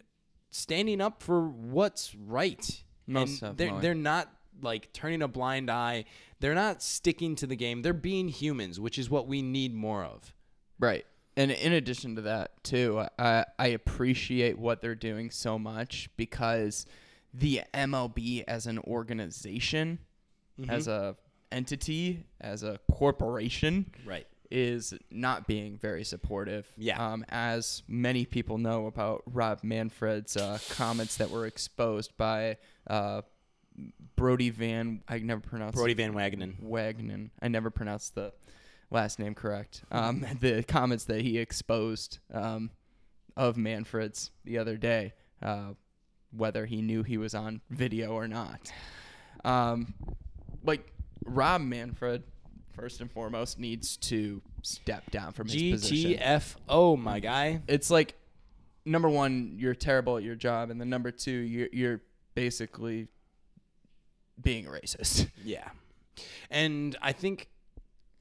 [SPEAKER 3] standing up for what's right.
[SPEAKER 2] Most
[SPEAKER 3] and they're,
[SPEAKER 2] definitely.
[SPEAKER 3] they're not like turning a blind eye. They're not sticking to the game. They're being humans, which is what we need more of.
[SPEAKER 2] Right. And in addition to that, too, I, I appreciate what they're doing so much because the MLB as an organization, as a entity, as a corporation,
[SPEAKER 3] Right.
[SPEAKER 2] is not being very supportive.
[SPEAKER 3] Yeah.
[SPEAKER 2] Um, as many people know about Rob Manfred's uh, comments that were exposed by uh, Brody Van, I can never pronounce
[SPEAKER 3] Brody Van Wagenen.
[SPEAKER 2] Wagnon. I never pronounced the last name correct. Um, [laughs] the comments that he exposed um, of Manfred's the other day, uh, whether he knew he was on video or not. Um, like Rob Manfred, first and foremost, needs to step down from his position
[SPEAKER 3] GTFO, my guy.
[SPEAKER 2] it's like number one, you're terrible at your job, and then number two, you're you're basically being racist. [laughs]
[SPEAKER 3] Yeah. And I think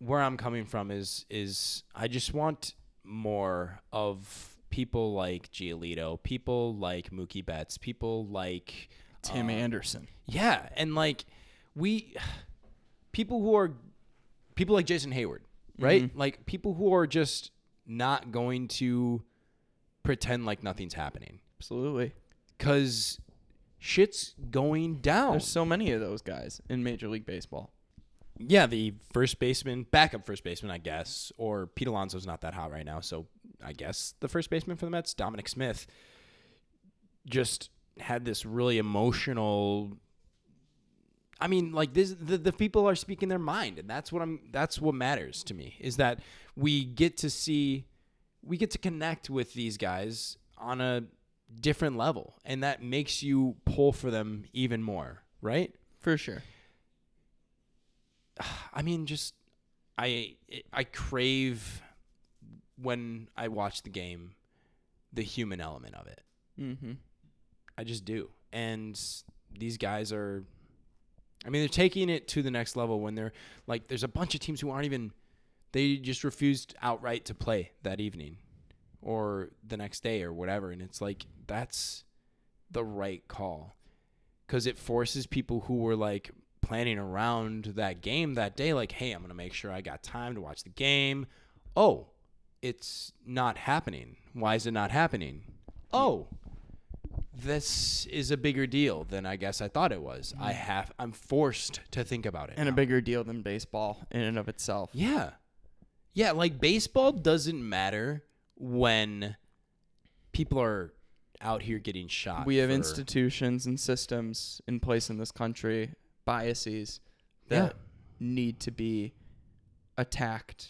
[SPEAKER 3] where I'm coming from is is I just want more of people like Giolito, people like Mookie Betts, people like
[SPEAKER 2] Tim Anderson.
[SPEAKER 3] Yeah, and like we [sighs] people who are people like Jason Hayward, right? Like people who are just not going to pretend like nothing's happening
[SPEAKER 2] Absolutely.
[SPEAKER 3] cuz shit's going down.
[SPEAKER 2] There's so many of those guys in Major League Baseball.
[SPEAKER 3] Yeah, the first baseman, backup first baseman, I guess, or Pete Alonso's not that hot right now, so I guess the first baseman for the Mets, Dominic Smith, just had this really emotional. I mean, like this, the, the people are speaking their mind, and that's what I'm. That's what matters to me is that we get to see, we get to connect with these guys on a different level, and that makes you pull for them even more, right?
[SPEAKER 2] For sure.
[SPEAKER 3] I mean, just I I crave when I watch the game the human element of it.
[SPEAKER 2] Mm-hmm.
[SPEAKER 3] I just do, and these guys are. I mean, they're taking it to the next level when they're like, there's a bunch of teams who aren't even. They just refused outright to play that evening, or the next day, or whatever, and it's like that's the right call because it forces people who were like planning around that game that day, like, hey, I'm gonna make sure I got time to watch the game. Oh, it's not happening. Why is it not happening? Oh, this is a bigger deal than I guess I thought it was. I have I'm forced to think about it.
[SPEAKER 2] and a
[SPEAKER 3] now.
[SPEAKER 2] bigger deal than baseball in and of itself.
[SPEAKER 3] Yeah. Yeah, like baseball doesn't matter when people are out here getting shot.
[SPEAKER 2] we have
[SPEAKER 3] for-
[SPEAKER 2] institutions and systems in place in this country, biases that
[SPEAKER 3] Yeah.
[SPEAKER 2] need to be attacked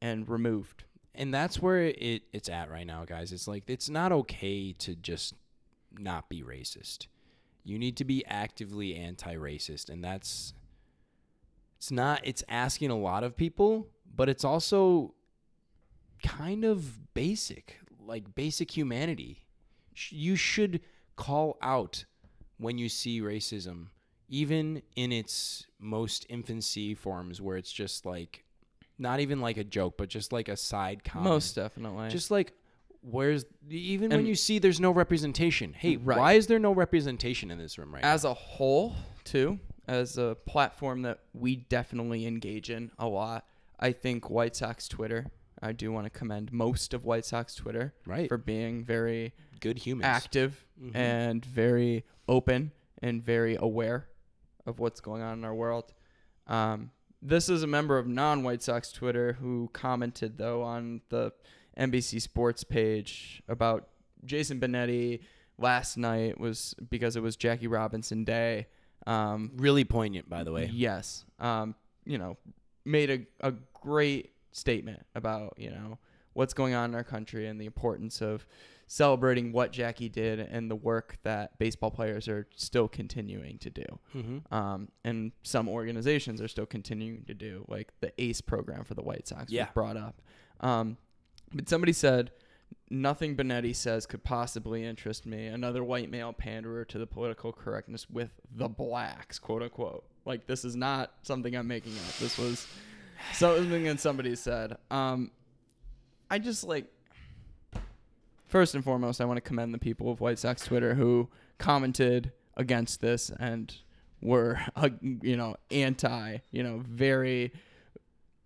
[SPEAKER 2] and removed.
[SPEAKER 3] and that's where it, it's at right now, guys. It's like it's not okay to just not be racist. You need to be actively anti-racist, and that's it's not it's asking a lot of people, but it's also kind of basic, like basic humanity. Sh- You should call out when you see racism, even in its most infancy forms, where it's just like not even like a joke, but just like a side comment.
[SPEAKER 2] Most definitely.
[SPEAKER 3] Um, Just like where's E-, Mm, even when
[SPEAKER 2] And-
[SPEAKER 3] you see there's no representation. Hey,
[SPEAKER 2] Right.
[SPEAKER 3] why is there no representation in this room right
[SPEAKER 2] as a whole, too, as a platform that we definitely engage in a lot, I think White Sox Twitter. I do want to commend most of White Sox Twitter
[SPEAKER 3] Right.
[SPEAKER 2] for being very
[SPEAKER 3] now? Good humans.
[SPEAKER 2] active and very open and very aware of what's going on in our world. Um, this is a member of non White Sox Twitter who commented, though, on the NBC Sports page about Jason Benetti last night was because it was Jackie Robinson Day. Um,
[SPEAKER 3] Really poignant, by the way.
[SPEAKER 2] Yes. Um, you know, made a, a great statement about, you know, what's going on in our country and the importance of celebrating what Jackie did and the work that baseball players are still continuing to do.
[SPEAKER 3] Mm-hmm.
[SPEAKER 2] Um, and some organizations are still continuing to do, like the ACE program for the White Sox was
[SPEAKER 3] Yeah.
[SPEAKER 2] brought up. Um, but somebody said, Nothing Benetti says could possibly interest me. Another white male panderer to the political correctness with the blacks, quote unquote. Like this is not something I'm making up. This was something that somebody said. Um, I just like first and foremost, I want to commend the people of White Sox Twitter who commented against this and were, uh, you know, anti, you know, very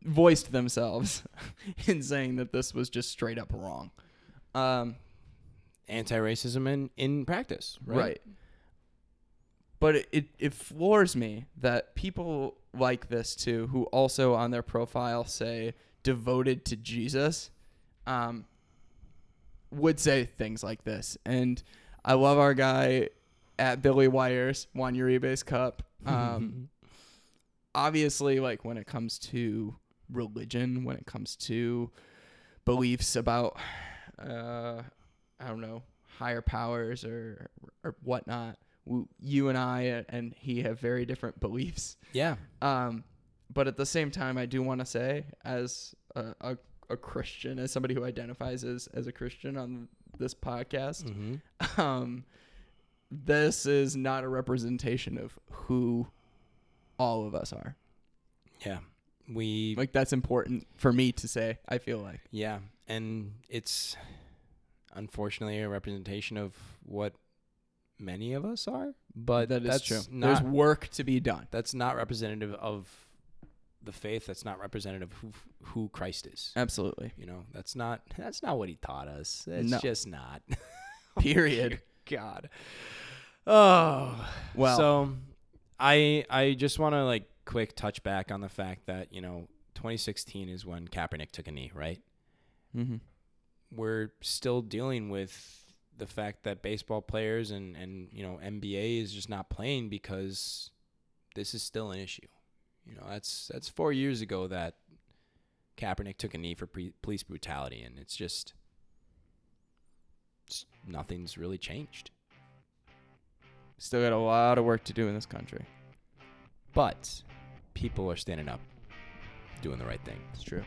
[SPEAKER 2] voiced themselves [laughs] in saying that this was just straight up wrong. Um,
[SPEAKER 3] Anti racism in, in practice, right?
[SPEAKER 2] right. But it, it, it floors me that people like this too, who also on their profile say devoted to Jesus, um, would say things like this. And I love our guy at Billy Wires, Juan Uribe's Cup.
[SPEAKER 3] Mm-hmm.
[SPEAKER 2] Um, obviously, like when it comes to religion, when it comes to beliefs about, uh, I don't know, higher powers or or whatnot, w- you and I and he have very different beliefs.
[SPEAKER 3] Yeah.
[SPEAKER 2] Um, but at the same time, I do want to say, as a, a, a Christian, as somebody who identifies as, as a Christian on this podcast,
[SPEAKER 3] Mm-hmm.
[SPEAKER 2] um, this is not a representation of who all of us are.
[SPEAKER 3] Yeah. We
[SPEAKER 2] Like, that's important for me to say, I feel like.
[SPEAKER 3] Yeah, and it's unfortunately a representation of what many of us are, but
[SPEAKER 2] That is
[SPEAKER 3] that's
[SPEAKER 2] true.
[SPEAKER 3] Not,
[SPEAKER 2] There's work to be done.
[SPEAKER 3] that's not representative of the faith. That's not representative of who, who Christ is. [laughs]
[SPEAKER 2] Absolutely.
[SPEAKER 3] You know, that's not that's not what he taught us. It's
[SPEAKER 2] No.
[SPEAKER 3] just not. [laughs]
[SPEAKER 2] Period.
[SPEAKER 3] God. Oh
[SPEAKER 2] [sighs] Well-
[SPEAKER 3] So I I just want to like quick touch back on the fact that you know 2016 is when Kaepernick took a knee, right?
[SPEAKER 2] Mhm.
[SPEAKER 3] We're still dealing with the fact that baseball players and and you know NBA is just not playing because this is still an issue. You know that's that's four years ago that Kaepernick took a knee for pre- police brutality, and it's just it's- nothing's really changed.
[SPEAKER 2] Still got a lot of work to do in this country.
[SPEAKER 3] But people are standing up, doing the right thing.
[SPEAKER 2] It's true.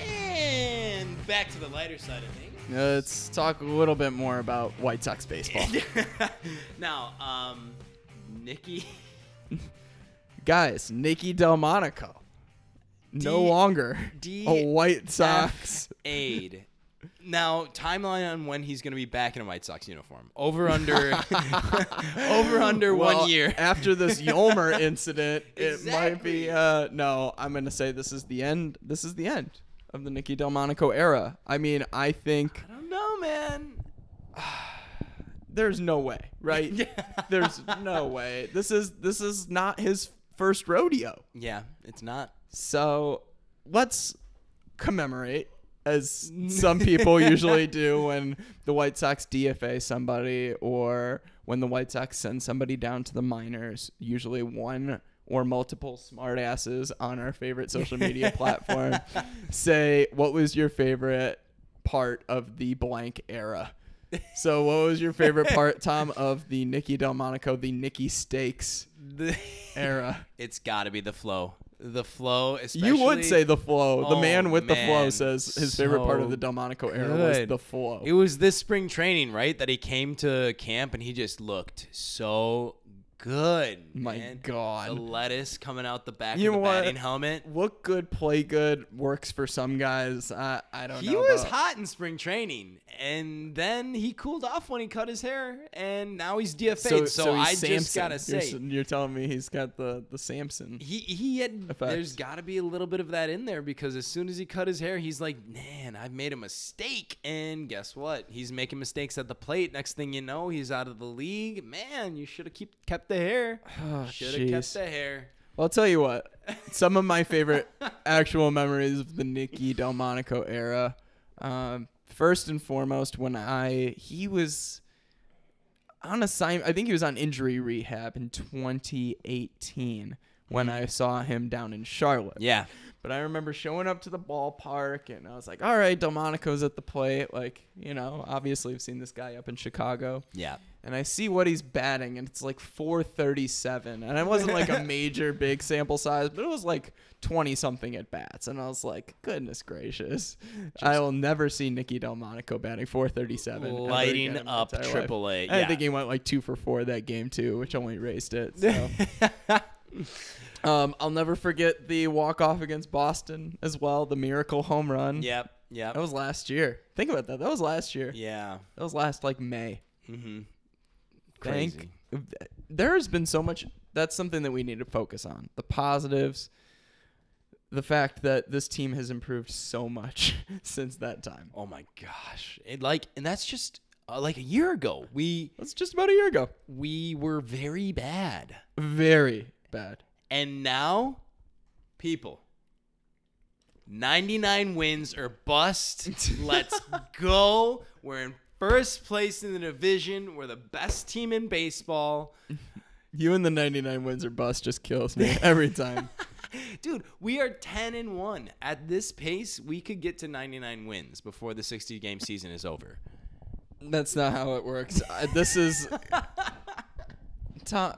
[SPEAKER 1] And back to the lighter side of things.
[SPEAKER 2] Let's talk a little bit more about White
[SPEAKER 3] [laughs]
[SPEAKER 2] Sox baseball.
[SPEAKER 1] now, um, Nikki. [laughs]
[SPEAKER 2] Guys, Nikki Delmonico no longer
[SPEAKER 3] D-
[SPEAKER 2] [laughs] a White Sox.
[SPEAKER 3] aid. Now, timeline on when he's going to be back in a White Sox uniform.
[SPEAKER 2] [laughs]
[SPEAKER 3] Over under over under
[SPEAKER 2] Well, eh.
[SPEAKER 3] one year.
[SPEAKER 2] [laughs] after this
[SPEAKER 3] [laughs]
[SPEAKER 2] Yolmer incident, it might
[SPEAKER 3] Exactly.
[SPEAKER 2] be. Uh, no, I'm gonna say this is the end. This is the end of the Nicky Delmonico era. I mean, I think
[SPEAKER 3] I don't know, man.
[SPEAKER 2] there's no way, right? There's no way. This is this is not his first rodeo.
[SPEAKER 3] Yeah, it's not.
[SPEAKER 2] So let's commemorate, as some people usually do when the White Sox DFA somebody or when the White Sox send somebody down to the minors, usually one or multiple smartasses on our favorite social media platform say, What was your favorite part of the blank era? So, what was your favorite part, Tom, of the Nicky Delmonico, the Nicky Stakes
[SPEAKER 3] The-
[SPEAKER 2] era?
[SPEAKER 3] it's got to be the flow. The flow, especially
[SPEAKER 2] You would say the flow. the
[SPEAKER 3] Oh,
[SPEAKER 2] man with the flow
[SPEAKER 3] man,
[SPEAKER 2] says his favorite part of
[SPEAKER 3] so
[SPEAKER 2] the Delmonico era was
[SPEAKER 3] good.
[SPEAKER 2] the flow.
[SPEAKER 3] It was this spring training, right? That he came to camp and he just looked so good.
[SPEAKER 2] My
[SPEAKER 3] man. The
[SPEAKER 2] God.
[SPEAKER 3] lettuce coming out the back
[SPEAKER 2] You
[SPEAKER 3] of the
[SPEAKER 2] know what?
[SPEAKER 3] batting helmet.
[SPEAKER 2] Look good, play good, works for some guys. I, I don't
[SPEAKER 3] He
[SPEAKER 2] know.
[SPEAKER 3] was
[SPEAKER 2] about-
[SPEAKER 3] hot in spring training, and then he cooled off when he cut his hair, and now he's DFA'd. So,
[SPEAKER 2] he's
[SPEAKER 3] I just
[SPEAKER 2] Samson.
[SPEAKER 3] gotta
[SPEAKER 2] You're
[SPEAKER 3] say,
[SPEAKER 2] s- You're, telling me he's got the,
[SPEAKER 3] [sighs]
[SPEAKER 2] the Samson.
[SPEAKER 3] he he had. There's got to be a little bit of that in there because as soon as he cut his hair, he's like, "Man, I've made a mistake." And guess what? He's making mistakes at the plate. Next thing you know, he's out of the league. Man, you should have keep kept the hair.
[SPEAKER 2] [sighs] Oh,
[SPEAKER 3] should have kept
[SPEAKER 2] jeez.
[SPEAKER 3] the hair.
[SPEAKER 2] Well, I'll tell you what. Some of my favorite actual memories of the Nicky Delmonico era. Um, first and foremost, when I he was on assignment. I think he was on injury rehab in 2018 when I saw him down in Charlotte.
[SPEAKER 3] Yeah,
[SPEAKER 2] But I remember showing up to the ballpark and I was like, "All right, Delmonico's at the plate." Like, you know, obviously I've seen this guy up in Chicago
[SPEAKER 3] yeah.
[SPEAKER 2] and I see what he's batting, and it's like 437. And it
[SPEAKER 3] [laughs]
[SPEAKER 2] wasn't like a major big sample size, but it was like 20 something at bats. And I was like, goodness gracious, I will never see Nicky Delmonico batting 437. ever
[SPEAKER 3] Lighting
[SPEAKER 2] again in my
[SPEAKER 3] up
[SPEAKER 2] entire life.
[SPEAKER 3] Triple A,
[SPEAKER 2] And I
[SPEAKER 3] yeah.
[SPEAKER 2] think he went like two for four that game too, which only raised it.
[SPEAKER 3] [laughs]
[SPEAKER 2] So. um, I'll never forget the walk off against Boston as well, the miracle home run.
[SPEAKER 3] Yep. Yep.
[SPEAKER 2] That was last year. Think about that. That was last year.
[SPEAKER 3] yeah.
[SPEAKER 2] That was last like May
[SPEAKER 3] Mm-hmm.
[SPEAKER 2] think there has been so much that's something that we need to focus on the positives the fact that this team has improved so much [laughs] since that time
[SPEAKER 3] Oh my gosh! It like, and that's just uh, like a year ago. We
[SPEAKER 2] that's just about a year ago
[SPEAKER 3] we were very bad,
[SPEAKER 2] very bad
[SPEAKER 3] and now, people, ninety nine wins or bust. Let's go. We're in first place in the division. We're the best team in baseball, [laughs]
[SPEAKER 2] you and the 99 wins or bust just kills me every time
[SPEAKER 3] dude. We are ten and one at this pace. We could get to ninety nine wins before the sixty game season is over.
[SPEAKER 2] that's not how it works I, this is Tom,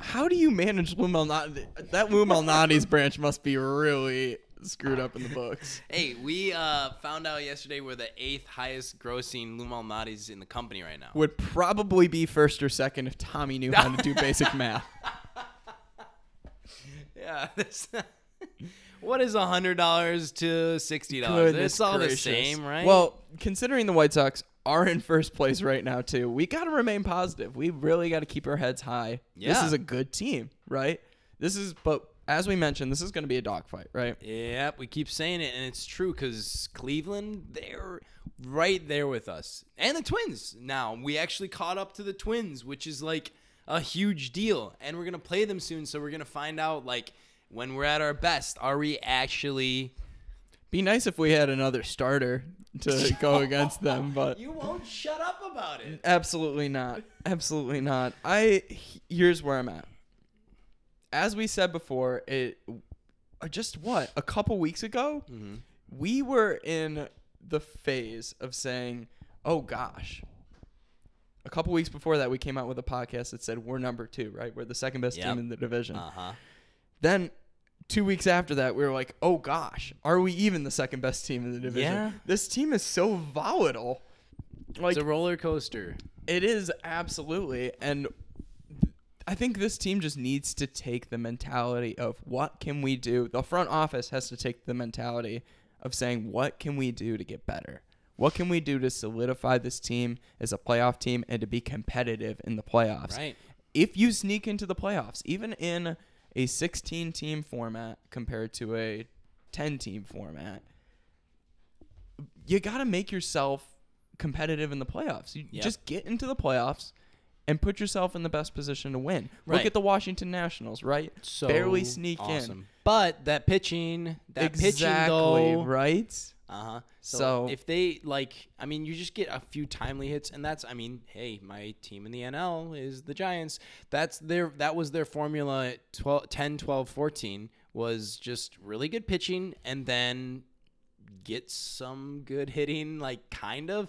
[SPEAKER 2] how do you manage Lou Malnati? that Lou Malnati's branch must be really screwed up in the books
[SPEAKER 3] Hey, we uh, found out yesterday we're the eighth highest grossing Lumal Nadis in the company right now.
[SPEAKER 2] would probably be first or second if Tommy knew how to
[SPEAKER 3] [laughs]
[SPEAKER 2] do basic math.
[SPEAKER 3] Yeah. [laughs] This, what is $100 to $60?
[SPEAKER 2] Goodness
[SPEAKER 3] It's Oh, all
[SPEAKER 2] gracious.
[SPEAKER 3] the same, right?
[SPEAKER 2] Well, considering the White Sox are in first place right now too, we got to remain positive. We really got to keep our heads high. This
[SPEAKER 3] Yeah.
[SPEAKER 2] is a good team, right? This is, but as we mentioned, this is going to be a dogfight, right?
[SPEAKER 3] Yep, we keep saying it, and it's true because Cleveland, they're right there with us. And the Twins now. We actually caught up to the Twins, which is like a huge deal. And we're going to play them soon, so we're going to find out, like, when we're at our best, are we actually.
[SPEAKER 2] Be nice if we had another starter to
[SPEAKER 3] [laughs]
[SPEAKER 2] go against them, but
[SPEAKER 3] You won't shut up about it.
[SPEAKER 2] Absolutely not. Absolutely not. I here's where I'm at. As we said before, it uh, just what a couple weeks ago,
[SPEAKER 3] Mm-hmm.
[SPEAKER 2] we were in the phase of saying, "Oh gosh." A couple weeks before that, we came out with a podcast that said we're number two, right? We're the second best
[SPEAKER 3] Yep.
[SPEAKER 2] team in the division.
[SPEAKER 3] Uh huh.
[SPEAKER 2] Then two weeks after that, we were like, oh gosh, are we even the second best team in the division?
[SPEAKER 3] Yeah.
[SPEAKER 2] This team is so volatile. Like
[SPEAKER 3] It's a roller coaster.
[SPEAKER 2] it is absolutely, and I think this team just needs to take the mentality of what can we do. The front office has to take the mentality of saying what can we do to get better. What can we do to solidify this team as a playoff team and to be competitive in the playoffs?
[SPEAKER 3] Right.
[SPEAKER 2] If you sneak into the playoffs, even in a 16 team format compared to a 10 team format, you got to make yourself competitive in the playoffs. You
[SPEAKER 3] Yep.
[SPEAKER 2] just get into the playoffs and put yourself in the best position to win. Look
[SPEAKER 3] Right.
[SPEAKER 2] at the Washington Nationals, right?
[SPEAKER 3] So
[SPEAKER 2] Barely sneak in.
[SPEAKER 3] awesome. But that pitching, that pitching
[SPEAKER 2] Exactly,
[SPEAKER 3] though,
[SPEAKER 2] right?
[SPEAKER 3] Uh huh. So,
[SPEAKER 2] So-
[SPEAKER 3] if they like, I mean, you just get a few timely hits, and that's, I mean, hey, my team in the NL is the Giants. That's their that was their formula. at 12, 10, 12, 14 was just really good pitching, and then get some good hitting, like kind of.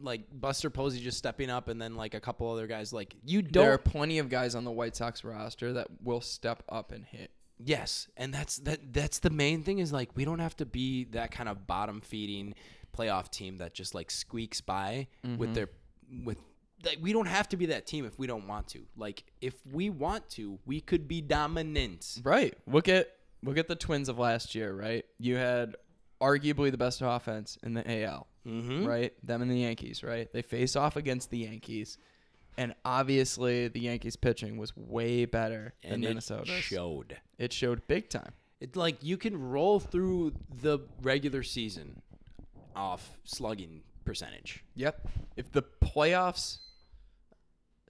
[SPEAKER 3] Like Buster Posey just stepping up, and then like a couple other guys. Like you don't
[SPEAKER 2] There are plenty of guys on the White Sox roster that will step up and hit.
[SPEAKER 3] Yes, and that's that. That's the main thing is like we don't have to be that kind of bottom feeding playoff team that just like squeaks by
[SPEAKER 2] Mm-hmm.
[SPEAKER 3] with their with. Like, we don't have to be that team if we don't want to. Like if we want to, we could be dominant.
[SPEAKER 2] Right. Look at look at the Twins of last year, right? You had arguably the best offense in the AL,
[SPEAKER 3] Mhm.
[SPEAKER 2] right? Them and the Yankees, right? They face off against the Yankees, and obviously the Yankees pitching was way better
[SPEAKER 3] And
[SPEAKER 2] than
[SPEAKER 3] Minnesota
[SPEAKER 2] Minnesota's.
[SPEAKER 3] showed.
[SPEAKER 2] it showed big time.
[SPEAKER 3] It's like you can roll through the regular season off slugging percentage.
[SPEAKER 2] Yep. If the playoffs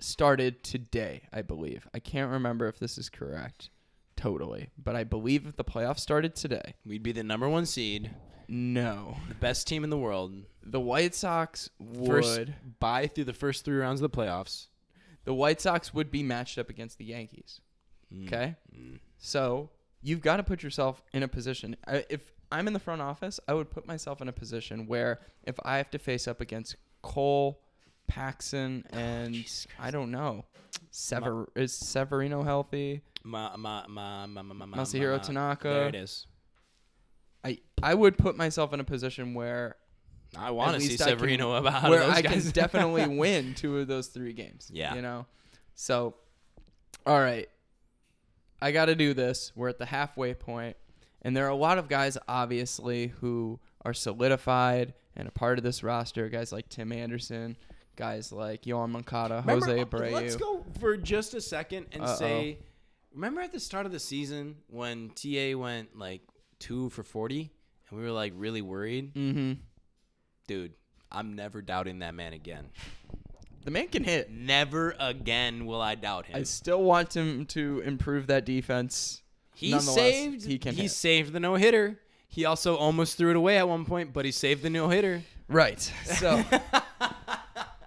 [SPEAKER 2] started today, I believe. I can't remember if this is correct totally, but I believe if the playoffs started today,
[SPEAKER 3] We'd be the number one seed,
[SPEAKER 2] no.
[SPEAKER 3] the best team in the world.
[SPEAKER 2] The White Sox would
[SPEAKER 3] First bye through the first three rounds of the playoffs.
[SPEAKER 2] the White Sox would be matched up against the Yankees. Okay?
[SPEAKER 3] Mm.
[SPEAKER 2] So, you've got to put yourself in a position. I, if I'm in the front office, I would put myself in a position where if I have to face up against Cole, Paxson, and I don't know, Sever is Severino healthy?
[SPEAKER 3] Ma, ma, ma, ma, ma, ma, ma,
[SPEAKER 2] Masahiro
[SPEAKER 3] ma.
[SPEAKER 2] Tanaka.
[SPEAKER 3] There it is.
[SPEAKER 2] I I would put myself in a position where
[SPEAKER 3] I want
[SPEAKER 2] at
[SPEAKER 3] to see
[SPEAKER 2] least I can-
[SPEAKER 3] Severino about
[SPEAKER 2] where
[SPEAKER 3] those
[SPEAKER 2] I
[SPEAKER 3] guys. [laughs]
[SPEAKER 2] can definitely win two of those three games.
[SPEAKER 3] Yeah.
[SPEAKER 2] You know? So, all right. I got to do this. We're at the halfway point, And there are a lot of guys, obviously, who are solidified and a part of this roster. Guys like Tim Anderson, guys like Yohan Moncada, Jose
[SPEAKER 3] Remember-
[SPEAKER 2] Abreu.
[SPEAKER 3] Let's go for just a second and
[SPEAKER 2] Uh-oh.
[SPEAKER 3] say, remember at the start of the season when TA went like two for forty, and we were like really worried,
[SPEAKER 2] hmm
[SPEAKER 3] dude. I'm never doubting that man again.
[SPEAKER 2] The man can hit.
[SPEAKER 3] Never again will I doubt him.
[SPEAKER 2] I still want him to improve that defense.
[SPEAKER 3] he
[SPEAKER 2] Nonetheless,
[SPEAKER 3] saved.
[SPEAKER 2] He can. hit.
[SPEAKER 3] saved the no hitter. He also almost threw it away at one point, but he saved the no hitter.
[SPEAKER 2] Right.
[SPEAKER 3] [laughs]
[SPEAKER 2] So, all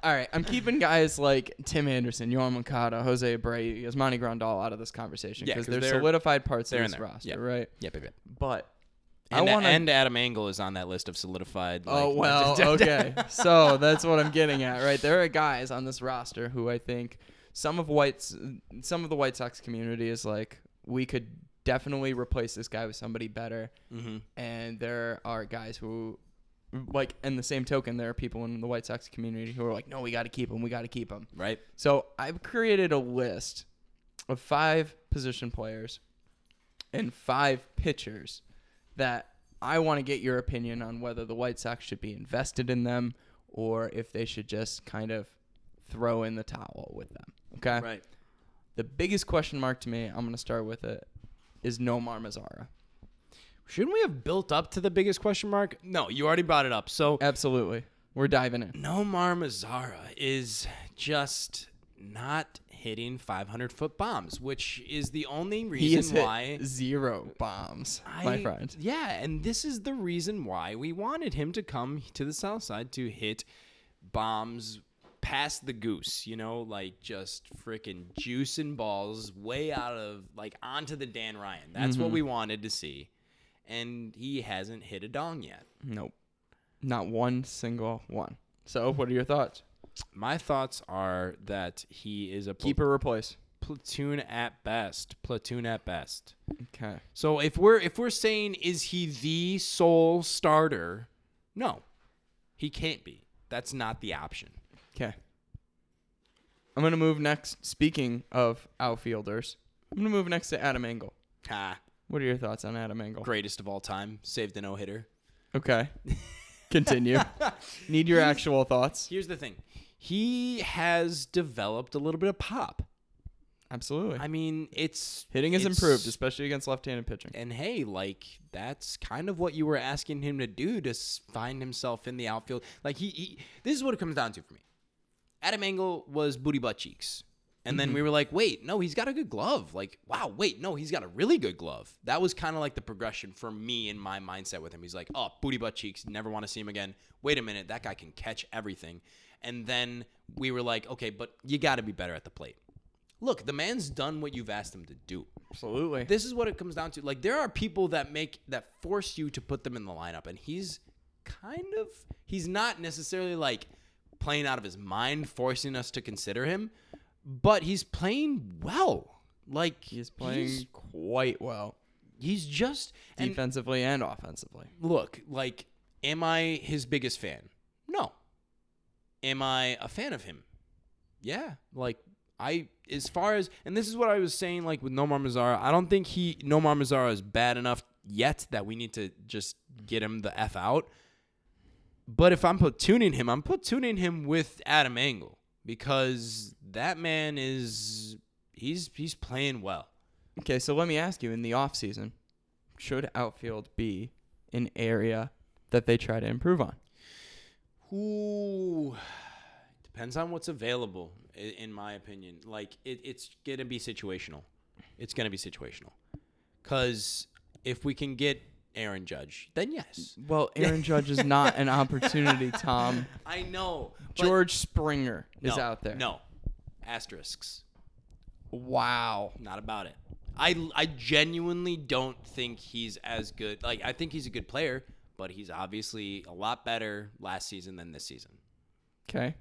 [SPEAKER 2] right, I'm keeping guys like Tim Anderson, Yohan Moncada, Jose Abreu, Yasmani Grandal out of this conversation
[SPEAKER 3] Yeah,
[SPEAKER 2] because
[SPEAKER 3] 'cause
[SPEAKER 2] they're,
[SPEAKER 3] they're-
[SPEAKER 2] solidified parts
[SPEAKER 3] they're
[SPEAKER 2] of
[SPEAKER 3] in
[SPEAKER 2] this
[SPEAKER 3] there.
[SPEAKER 2] roster,
[SPEAKER 3] Yeah.
[SPEAKER 2] right?
[SPEAKER 3] Yep, yep, yep.
[SPEAKER 2] But
[SPEAKER 3] And,
[SPEAKER 2] I want to.
[SPEAKER 3] and Adam Angle is on that list of solidified. Like, [laughs]
[SPEAKER 2] oh well, okay. so that's what I'm getting at, right? There are guys on this roster who I think some of whites, some of the White Sox community is like, we could definitely replace this guy with somebody better.
[SPEAKER 3] hmm
[SPEAKER 2] and there are guys who like in the same token there are people in the white sox community who are like no we got to keep him we got to keep him
[SPEAKER 3] Right.
[SPEAKER 2] so i've created a list of five position players and five pitchers that i want to get your opinion on whether the white sox should be invested in them or if they should just kind of throw in the towel with them okay
[SPEAKER 3] Right.
[SPEAKER 2] the biggest question mark to me i'm going to start with it is nomar mazzara
[SPEAKER 3] Shouldn't we have built up to the biggest question mark? Uh, No, you already brought it up. So
[SPEAKER 2] absolutely we're diving in
[SPEAKER 3] Nomar Mazzara is just not hitting 500 foot bombs, which is the only
[SPEAKER 2] He
[SPEAKER 3] reason
[SPEAKER 2] has hit
[SPEAKER 3] why.
[SPEAKER 2] zero bombs, my
[SPEAKER 3] I-
[SPEAKER 2] friend.
[SPEAKER 3] Yeah, and this is the reason why we wanted him to come to the South Side to hit bombs past the goose, you know, like just freaking juicing balls way out of like onto the Dan Ryan. That's
[SPEAKER 2] Mm-hmm.
[SPEAKER 3] what we wanted to see. And he hasn't hit a dong yet.
[SPEAKER 2] Nope, not one single one. So, what are your thoughts?
[SPEAKER 3] My thoughts are that he is a pl-
[SPEAKER 2] Keep or replace?
[SPEAKER 3] platoon at best, platoon at best.
[SPEAKER 2] Okay.
[SPEAKER 3] So if we're if we're saying is he the sole starter? No. He can't be. That's not the option.
[SPEAKER 2] Okay. I'm gonna move next. Speaking of outfielders, I'm gonna move next to Adam Engel.
[SPEAKER 3] Ha.
[SPEAKER 2] What are your thoughts on Adam Engel?
[SPEAKER 3] Greatest of all time. Saved a no hitter.
[SPEAKER 2] Okay,
[SPEAKER 3] [laughs]
[SPEAKER 2] continue. Need your actual thoughts.
[SPEAKER 3] Here's the thing. He has developed a little bit of pop.
[SPEAKER 2] Absolutely.
[SPEAKER 3] I mean, it's
[SPEAKER 2] Hitting has
[SPEAKER 3] it's-
[SPEAKER 2] improved, especially against left-handed pitching.
[SPEAKER 3] and hey, like that's kind of what you were asking him to do to s- find himself in the outfield. Like he, he this is what it comes down to for me. Adam Engel was booty butt cheeks. And then we were like, wait, no, he's got a good glove. Like, wow, wait, no, he's got a really good glove. That was kind of like the progression for me in my mindset with him. He's like, oh, booty butt cheeks, never want to see him again. Wait a minute, that guy can catch everything. And then we were like, okay, but you got to be better at the plate. Look, the man's done what you've asked him to do
[SPEAKER 2] Absolutely.
[SPEAKER 3] this is what it comes down to. Like there are people that make that force you to put them in the lineup, and he's kind of he's not necessarily like playing out of his mind, forcing us to consider him, but he's playing well. Like
[SPEAKER 2] He's playing
[SPEAKER 3] he's,
[SPEAKER 2] quite well,
[SPEAKER 3] he's just and
[SPEAKER 2] defensively and offensively.
[SPEAKER 3] look like am I his biggest fan? No. Am I a fan of him? yeah, like I as far as and this is what I was saying like with Nomar Mazzara, I don't think he Nomar Mazzara is bad enough yet that we need to just get him the f out. But if I'm platooning him, I'm platooning him with Adam Engel because that man is he's he's playing well.
[SPEAKER 2] Okay, so let me ask you: in the off season, should outfield be an area that they try to improve on?
[SPEAKER 3] [sighs] Ooh, depends on what's available, i- in my opinion. Like it, it's gonna be situational. It's gonna be situational, cause if we can get Aaron Judge, then yes.
[SPEAKER 2] Well, Aaron Judge is not [laughs] an opportunity, [laughs] Tom.
[SPEAKER 3] I know but-
[SPEAKER 2] George Springer is
[SPEAKER 3] No,
[SPEAKER 2] out there.
[SPEAKER 3] No, asterisks.
[SPEAKER 2] Wow.
[SPEAKER 3] Not about it. I I genuinely don't think he's as good. Like I think he's a good player, but he's obviously a lot better last season than this season.
[SPEAKER 2] Okay.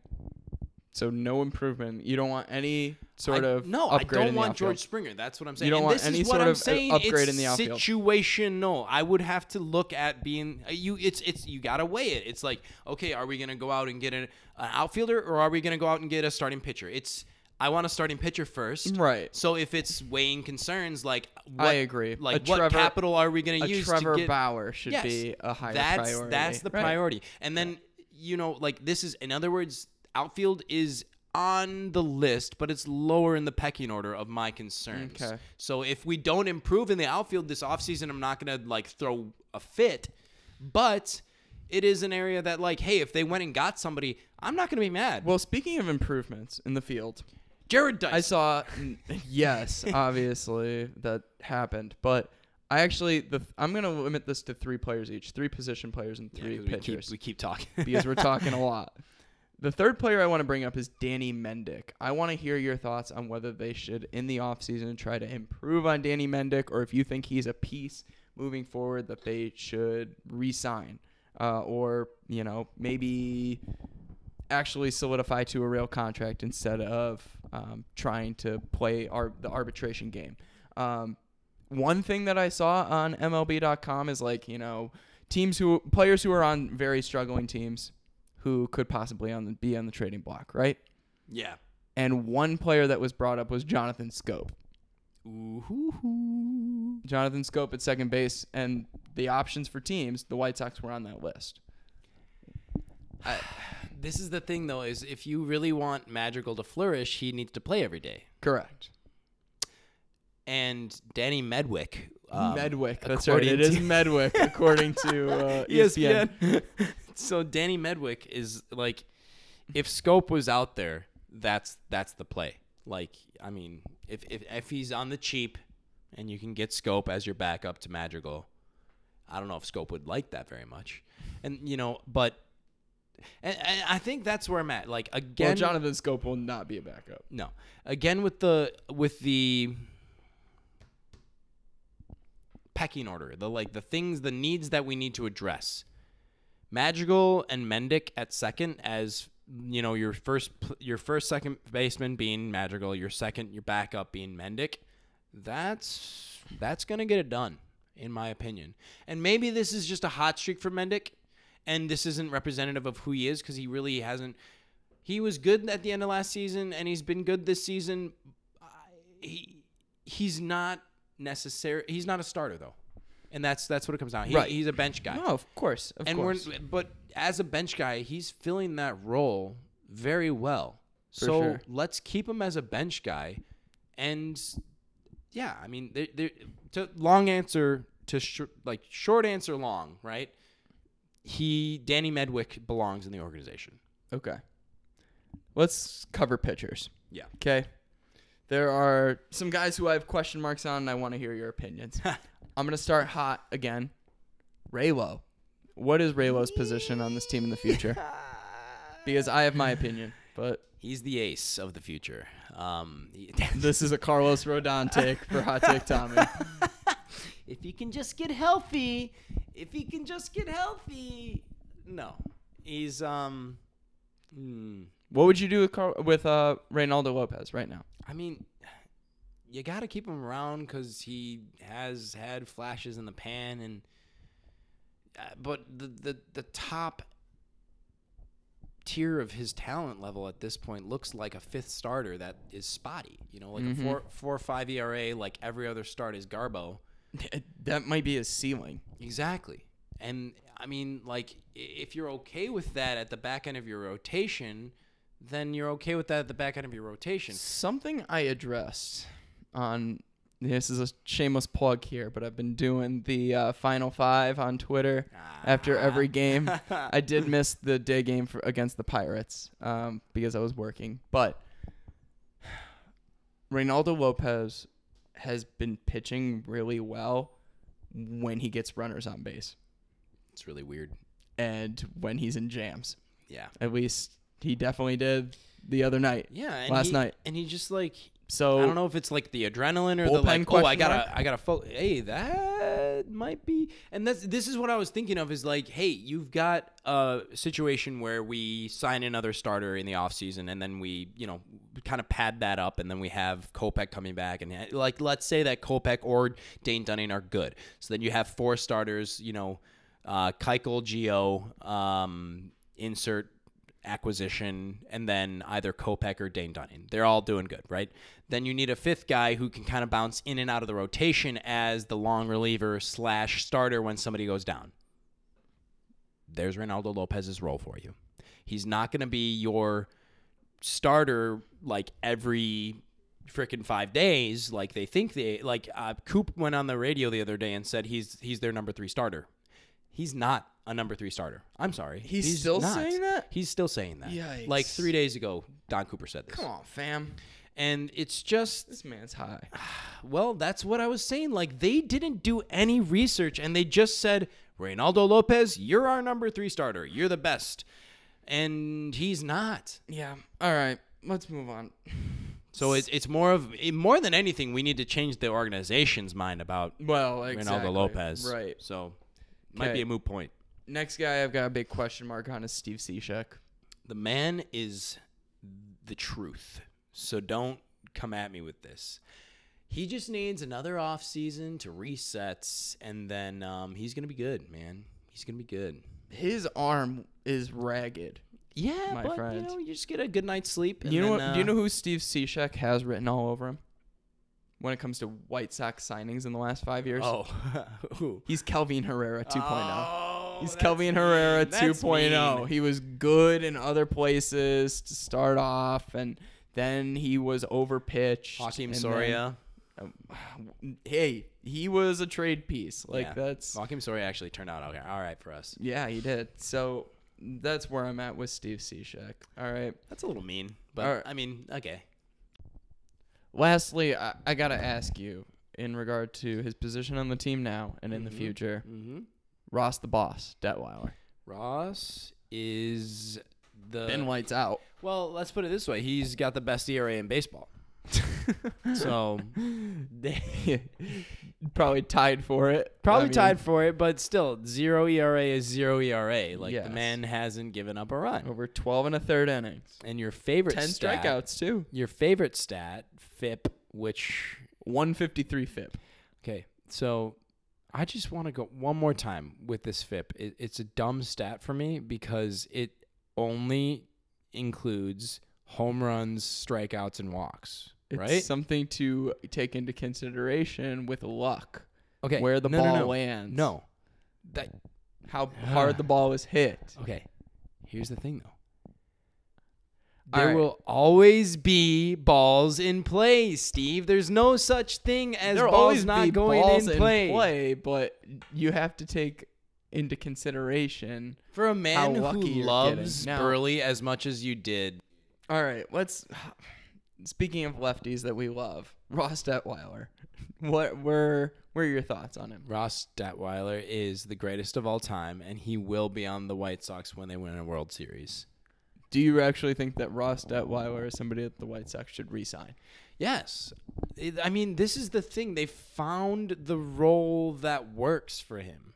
[SPEAKER 2] So no improvement. You don't want any sort
[SPEAKER 3] I-
[SPEAKER 2] of
[SPEAKER 3] no. I
[SPEAKER 2] Upgrade
[SPEAKER 3] don't
[SPEAKER 2] in the
[SPEAKER 3] want
[SPEAKER 2] outfield.
[SPEAKER 3] George Springer. That's what I'm saying.
[SPEAKER 2] don't
[SPEAKER 3] And
[SPEAKER 2] want
[SPEAKER 3] this is
[SPEAKER 2] any
[SPEAKER 3] what
[SPEAKER 2] sort
[SPEAKER 3] I'm
[SPEAKER 2] of, uh,
[SPEAKER 3] saying,
[SPEAKER 2] upgrade
[SPEAKER 3] it's
[SPEAKER 2] in the outfield.
[SPEAKER 3] Situational. I would have to look at being uh, you. It's it's you gotta weigh it. It's like okay, are we gonna go out and get an, an outfielder or are we gonna go out and get a starting pitcher? It's I want a starting pitcher first.
[SPEAKER 2] Right.
[SPEAKER 3] So if it's weighing concerns, like what,
[SPEAKER 2] I agree.
[SPEAKER 3] Like
[SPEAKER 2] A
[SPEAKER 3] what
[SPEAKER 2] Trevor-
[SPEAKER 3] capital are we gonna
[SPEAKER 2] A
[SPEAKER 3] use
[SPEAKER 2] Trevor
[SPEAKER 3] to get?
[SPEAKER 2] Bauer should
[SPEAKER 3] Yes.
[SPEAKER 2] be a higher
[SPEAKER 3] that's,
[SPEAKER 2] priority.
[SPEAKER 3] That's the
[SPEAKER 2] Right.
[SPEAKER 3] priority. And then, you know, like this is, in other words, outfield is on the list, but it's lower in the pecking order of my concerns.
[SPEAKER 2] Okay.
[SPEAKER 3] So if we don't improve in the outfield this offseason, I'm not going to like throw a fit, but it is an area that, like, hey, if they went and got somebody, I'm not going to be mad.
[SPEAKER 2] Well, speaking of improvements in the field,
[SPEAKER 3] Jared Dice.
[SPEAKER 2] I saw. [laughs] yes, obviously that happened, but I actually the I'm gonna limit this to three players each, three position players and
[SPEAKER 3] Yeah,
[SPEAKER 2] three
[SPEAKER 3] 'cause we
[SPEAKER 2] pitchers.
[SPEAKER 3] keep, we keep talking.
[SPEAKER 2] because we're talking a lot. The third player I want to bring up is Danny Mendick. I want to hear your thoughts on whether they should, in the offseason, try to improve on Danny Mendick or if you think he's a piece moving forward that they should re sign uh, or, you know, maybe actually solidify to a real contract instead of um, trying to play our, the arbitration game. Um, one thing that I saw on MLB.com is like, you know, teams who players who are on very struggling teams who could possibly on the, be on the trading block, right?
[SPEAKER 3] [laughs] yeah.
[SPEAKER 2] And one player that was brought up was Jonathan Scope.
[SPEAKER 3] Ooh.
[SPEAKER 2] Jonathan Scope at second base, and the options for teams, the White Sox were on that list.
[SPEAKER 3] This is the thing, though, is if you really want Madrigal to flourish, he needs to play every day.
[SPEAKER 2] Correct.
[SPEAKER 3] and Danny Medwick. um,
[SPEAKER 2] Medwick. That's right.
[SPEAKER 3] according
[SPEAKER 2] It [laughs] is
[SPEAKER 3] to- [laughs] E
[SPEAKER 2] Medwick, according to [laughs] uh, ESPN.
[SPEAKER 3] so Danny Medwick is like, if Scope was out there, that's that's the play. Like, I mean, if if if he's on the cheap, and you can get Scope as your backup to Madrigal, I don't know if Scope would like that very much, and you know, but. And, and I think that's where I'm at. Like again,
[SPEAKER 2] Well, Jonathan Scope will not be a backup.
[SPEAKER 3] No. Again with the with the pecking order, the like the things, the needs that we need to address. Madrigal and Mendick at second as you know your first pl- your first second baseman being Madrigal, your second your backup being Mendick. That's that's going to get it done in my opinion. And maybe this is just a hot streak for Mendick and this isn't representative of who he is cuz he really hasn't He was good at the end of last season, and he's been good this season. I- He he's not necessary. He's not a starter though, and that's that's what it comes down. He,
[SPEAKER 2] Right.
[SPEAKER 3] He's a bench guy,
[SPEAKER 2] No, of course, of
[SPEAKER 3] and
[SPEAKER 2] course.
[SPEAKER 3] we're but as a bench guy, he's filling that role very well.
[SPEAKER 2] For
[SPEAKER 3] so
[SPEAKER 2] sure.
[SPEAKER 3] let's keep him as a bench guy, and yeah, I mean, there, there, to long answer to sh- like short answer long, right? He Danny Medwick belongs in the organization.
[SPEAKER 2] okay. Let's cover pitchers.
[SPEAKER 3] Yeah.
[SPEAKER 2] Okay. There are some guys who I have question marks on, and I want to hear your [laughs] opinions. I'm gonna start hot again. Raylo. What is Raylo's position on this team in the [laughs] future? Because I have my opinion, but
[SPEAKER 3] He's the ace of the future. Um, [laughs]
[SPEAKER 2] this is a Carlos Rodon take for Hot [laughs] Take Tommy.
[SPEAKER 3] [laughs] if he can just get healthy, if he can just get healthy, no, he's um, mm,
[SPEAKER 2] What would you do with Car- with uh, Reynaldo Lopez right now?
[SPEAKER 3] I mean, you got to keep him around because he has had flashes in the pan, and uh, but the, the the top tier of his talent level at this point looks like a fifth starter that is spotty. You know, like a four four or five ERA, like every other start is Garbo.
[SPEAKER 2] That might be his ceiling.
[SPEAKER 3] Exactly. And I mean, like, i- if you're okay with that at the back end of your rotation, then you're okay with that at the back end of your rotation.
[SPEAKER 2] Something I addressed on this is a shameless plug here, but I've been doing the uh, Final Five on Twitter after every [laughs] game. I did miss the day game for, against the Pirates um, because I was working, but Reynaldo Lopez has been pitching really well when he gets runners on base
[SPEAKER 3] It's really weird.
[SPEAKER 2] and when he's in jams.
[SPEAKER 3] Yeah.
[SPEAKER 2] At least he definitely did the other night.
[SPEAKER 3] Yeah. And
[SPEAKER 2] Last
[SPEAKER 3] he-
[SPEAKER 2] night.
[SPEAKER 3] And he just like
[SPEAKER 2] So
[SPEAKER 3] I don't know if it's like the adrenaline or the
[SPEAKER 2] Bullpen
[SPEAKER 3] like. Oh, I
[SPEAKER 2] question
[SPEAKER 3] gotta,
[SPEAKER 2] mark?
[SPEAKER 3] I gotta. Fo- hey, that might be. And that's this is what I was thinking of is like, hey, you've got a situation where we sign another starter in the offseason and then we, you know, kind of pad that up, and then we have Kopech coming back, and eh, like, let's say that Kopech or Dane Dunning are good, so then you have four starters, you know, uh, Keuchel, Geo, um, insert acquisition and then either Kopech or Dane Dunning. They're all doing good, right? Then you need a fifth guy who can kind of bounce in and out of the rotation as the long reliever slash starter when somebody goes down. There's Ronaldo Lopez's role for you. He's not going to be your starter like every freaking five days like they think they like uh, coop went on the radio the other day and said he's he's their number three starter he's not a number three starter i'm sorry
[SPEAKER 2] He's still saying that?
[SPEAKER 3] he's still saying that
[SPEAKER 2] Yikes.
[SPEAKER 3] like three days ago don cooper said this
[SPEAKER 2] Come on, fam.
[SPEAKER 3] and it's just
[SPEAKER 2] This man's high.
[SPEAKER 3] well, that's what I was saying. Like they didn't do any research and they just said, Reynaldo Lopez, you're our number three starter. You're the best. And he's not.
[SPEAKER 2] Yeah. All right. Let's move on. [laughs]
[SPEAKER 3] So it's it's more of eh, more than anything, we need to change the organization's mind about
[SPEAKER 2] Well, exactly.
[SPEAKER 3] Reynaldo Lopez.
[SPEAKER 2] Right.
[SPEAKER 3] So might
[SPEAKER 2] Okay.
[SPEAKER 3] be a moot point.
[SPEAKER 2] Next guy I've got a big question mark on is Steve Cishek.
[SPEAKER 3] The man is the truth. So don't come at me with this. He just needs another off season to reset, and then um, he's gonna be good, man. He's gonna be good.
[SPEAKER 2] His arm is ragged.
[SPEAKER 3] Yeah,
[SPEAKER 2] My
[SPEAKER 3] but you
[SPEAKER 2] friend.
[SPEAKER 3] know, you just get a good night's sleep. and
[SPEAKER 2] you know
[SPEAKER 3] then,
[SPEAKER 2] what, Do you
[SPEAKER 3] uh,
[SPEAKER 2] know who Steve Cishek has written all over him? When it comes to White Sox signings in the last five years,
[SPEAKER 3] Oh, [laughs] who?
[SPEAKER 2] he's Kelvin Herrera 2.0.
[SPEAKER 3] Oh,
[SPEAKER 2] He's
[SPEAKER 3] that's
[SPEAKER 2] Kelvin Herrera
[SPEAKER 3] mean.
[SPEAKER 2] 2.0.
[SPEAKER 3] That's
[SPEAKER 2] He was good in other places to start off, and then he was overpitched.
[SPEAKER 3] Hakeem
[SPEAKER 2] and
[SPEAKER 3] Soria.
[SPEAKER 2] then- um, [sighs] hey, he was a trade piece. Like
[SPEAKER 3] Yeah.
[SPEAKER 2] that's
[SPEAKER 3] Hakeem Soria actually turned out okay. All right for us.
[SPEAKER 2] yeah, he did. So that's where I'm at with Steve Cishek. All right.
[SPEAKER 3] That's a little mean, but
[SPEAKER 2] All right.
[SPEAKER 3] I mean, okay.
[SPEAKER 2] Lastly, I, I gotta ask you in regard to his position on the team now and in the future.
[SPEAKER 3] Mm-hmm.
[SPEAKER 2] Ross the boss, Detweiler.
[SPEAKER 3] Ross is the
[SPEAKER 2] ben White's [laughs] out.
[SPEAKER 3] Well, let's put it this way: he's got the best ERA in
[SPEAKER 2] [laughs]
[SPEAKER 3] baseball. so
[SPEAKER 2] Probably tied for it.
[SPEAKER 3] probably
[SPEAKER 2] I mean,
[SPEAKER 3] tied for it, but still, zero ERA is zero ERA. Like
[SPEAKER 2] Yes.
[SPEAKER 3] the man hasn't given up a run.
[SPEAKER 2] over 12 and a third innings.
[SPEAKER 3] And your favorite
[SPEAKER 2] 10
[SPEAKER 3] stat,
[SPEAKER 2] strikeouts, too.
[SPEAKER 3] Your favorite stat, FIP, which
[SPEAKER 2] 153 FIP.
[SPEAKER 3] okay, so I just want to go one more time with this FIP. It, it's a dumb stat for me because it only includes home runs, strikeouts, and walks.
[SPEAKER 2] It's
[SPEAKER 3] right?
[SPEAKER 2] something to take into consideration with luck.
[SPEAKER 3] Okay.
[SPEAKER 2] Where the
[SPEAKER 3] no, no,
[SPEAKER 2] ball
[SPEAKER 3] no.
[SPEAKER 2] lands.
[SPEAKER 3] No. That
[SPEAKER 2] How hard the ball was hit.
[SPEAKER 3] okay. Here's the thing though.
[SPEAKER 2] All
[SPEAKER 3] There
[SPEAKER 2] right.
[SPEAKER 3] will always be balls in play, Steve. There's no such thing as
[SPEAKER 2] There'll
[SPEAKER 3] balls not
[SPEAKER 2] be
[SPEAKER 3] going
[SPEAKER 2] balls
[SPEAKER 3] in play.
[SPEAKER 2] play, but you have to take into consideration.
[SPEAKER 3] For a man who
[SPEAKER 2] lucky you're
[SPEAKER 3] loves
[SPEAKER 2] getting. No.
[SPEAKER 3] Burley as much as you did,
[SPEAKER 2] All right, let's. [sighs] Speaking of lefties that we love, Ross Detweiler. [laughs] What were were your thoughts on him?
[SPEAKER 3] Ross Detweiler is the greatest of all time, and he will be on the White Sox when they win a World Series.
[SPEAKER 2] Do you actually think that Ross Detweiler is somebody that the White Sox should re-sign?
[SPEAKER 3] Yes. It- I mean, this is the thing. They found the role that works for him.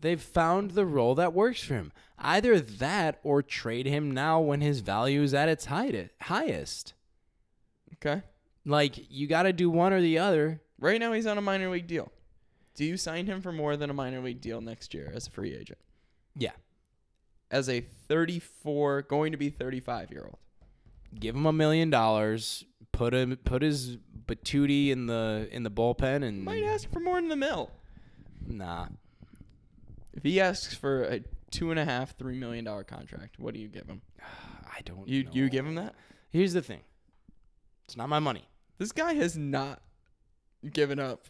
[SPEAKER 3] They've found the role that works for him. Either that or trade him now when his value is at its height- highest.
[SPEAKER 2] Okay.
[SPEAKER 3] Like, you got to do one or the other.
[SPEAKER 2] Right now he's on a minor league deal. Do you sign him for more than a minor league deal next year as a free agent?
[SPEAKER 3] Yeah.
[SPEAKER 2] As a 34, going to be 35 year old.
[SPEAKER 3] Give him a million dollars. Put him, put his Batuti in the in the bullpen, and
[SPEAKER 2] Might ask for more than the mill.
[SPEAKER 3] nah, [sighs]
[SPEAKER 2] If he asks for a two and a half, three million dollar contract, what do you give him?
[SPEAKER 3] I don't.
[SPEAKER 2] You
[SPEAKER 3] know.
[SPEAKER 2] you give him that?
[SPEAKER 3] Here's the thing. It's not my money.
[SPEAKER 2] This guy has not given up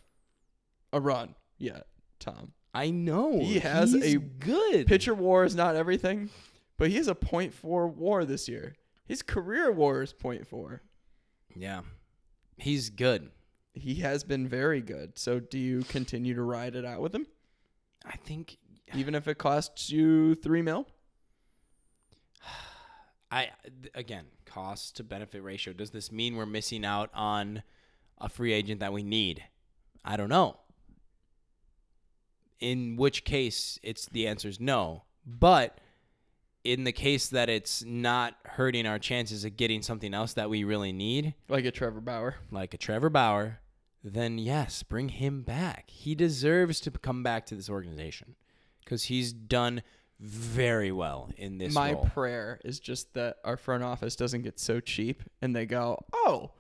[SPEAKER 2] a run yet, Tom.
[SPEAKER 3] I know
[SPEAKER 2] He has
[SPEAKER 3] he's
[SPEAKER 2] a
[SPEAKER 3] good
[SPEAKER 2] Pitcher war is not everything, but he has a .4 war this year. His career war is .4.
[SPEAKER 3] Yeah, he's good.
[SPEAKER 2] He has been very good. So do you continue to ride it out with him,
[SPEAKER 3] I think
[SPEAKER 2] even if it costs you three mil?
[SPEAKER 3] I again cost to benefit ratio. Does this mean we're missing out on a free agent that we need? I don't know. In which case, it's the answer is no. But in the case that it's not hurting our chances of getting something else that we really need,
[SPEAKER 2] Like a Trevor Bauer.
[SPEAKER 3] like a Trevor Bauer, then yes, bring him back. He deserves to come back to this organization because he's done very well in this
[SPEAKER 2] My
[SPEAKER 3] role.
[SPEAKER 2] prayer is just that our front office doesn't get so cheap and they go, oh,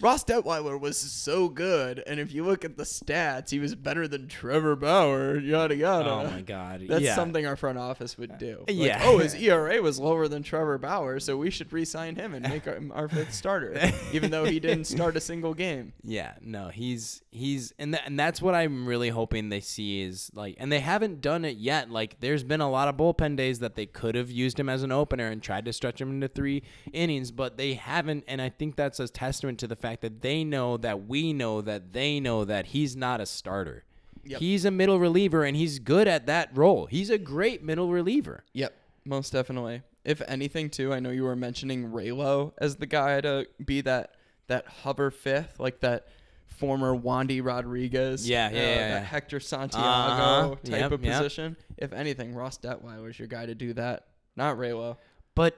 [SPEAKER 2] Ross Detweiler was so good. And if you look at the stats, he was better than Trevor Bauer, yada, yada.
[SPEAKER 3] oh
[SPEAKER 2] [laughs]
[SPEAKER 3] my god,
[SPEAKER 2] That's
[SPEAKER 3] yeah. Uh,
[SPEAKER 2] something our front office would do. Like,
[SPEAKER 3] Yeah. [laughs]
[SPEAKER 2] Oh, his ERA was lower than Trevor Bauer, so we should re-sign him and make our, our
[SPEAKER 3] [laughs]
[SPEAKER 2] fifth starter, even though he didn't start a single game.
[SPEAKER 3] Yeah, no, he's he's and tha- and that's what I'm really hoping they see is like, and they haven't done it yet. Like, there's been a lot of bullpen days that they could have used him as an opener and tried to stretch him into three innings, but they haven't. And I think that's a testament to the fact that they know that we know that they know that he's not a starter.
[SPEAKER 2] Yep.
[SPEAKER 3] He's a middle reliever, and he's good at that role. He's a great middle reliever.
[SPEAKER 2] Yep, most definitely. If anything, too, I know you were mentioning Raylo as the guy to be that that hover fifth, like that former Wandy Rodriguez, uh,
[SPEAKER 3] Yeah, yeah, yeah,
[SPEAKER 2] that
[SPEAKER 3] yeah.
[SPEAKER 2] Hector Santiago
[SPEAKER 3] Uh-huh.
[SPEAKER 2] type
[SPEAKER 3] Yep,
[SPEAKER 2] of
[SPEAKER 3] yep.
[SPEAKER 2] position. If anything, Ross Detweiler was your guy to do that, not Raylo.
[SPEAKER 3] But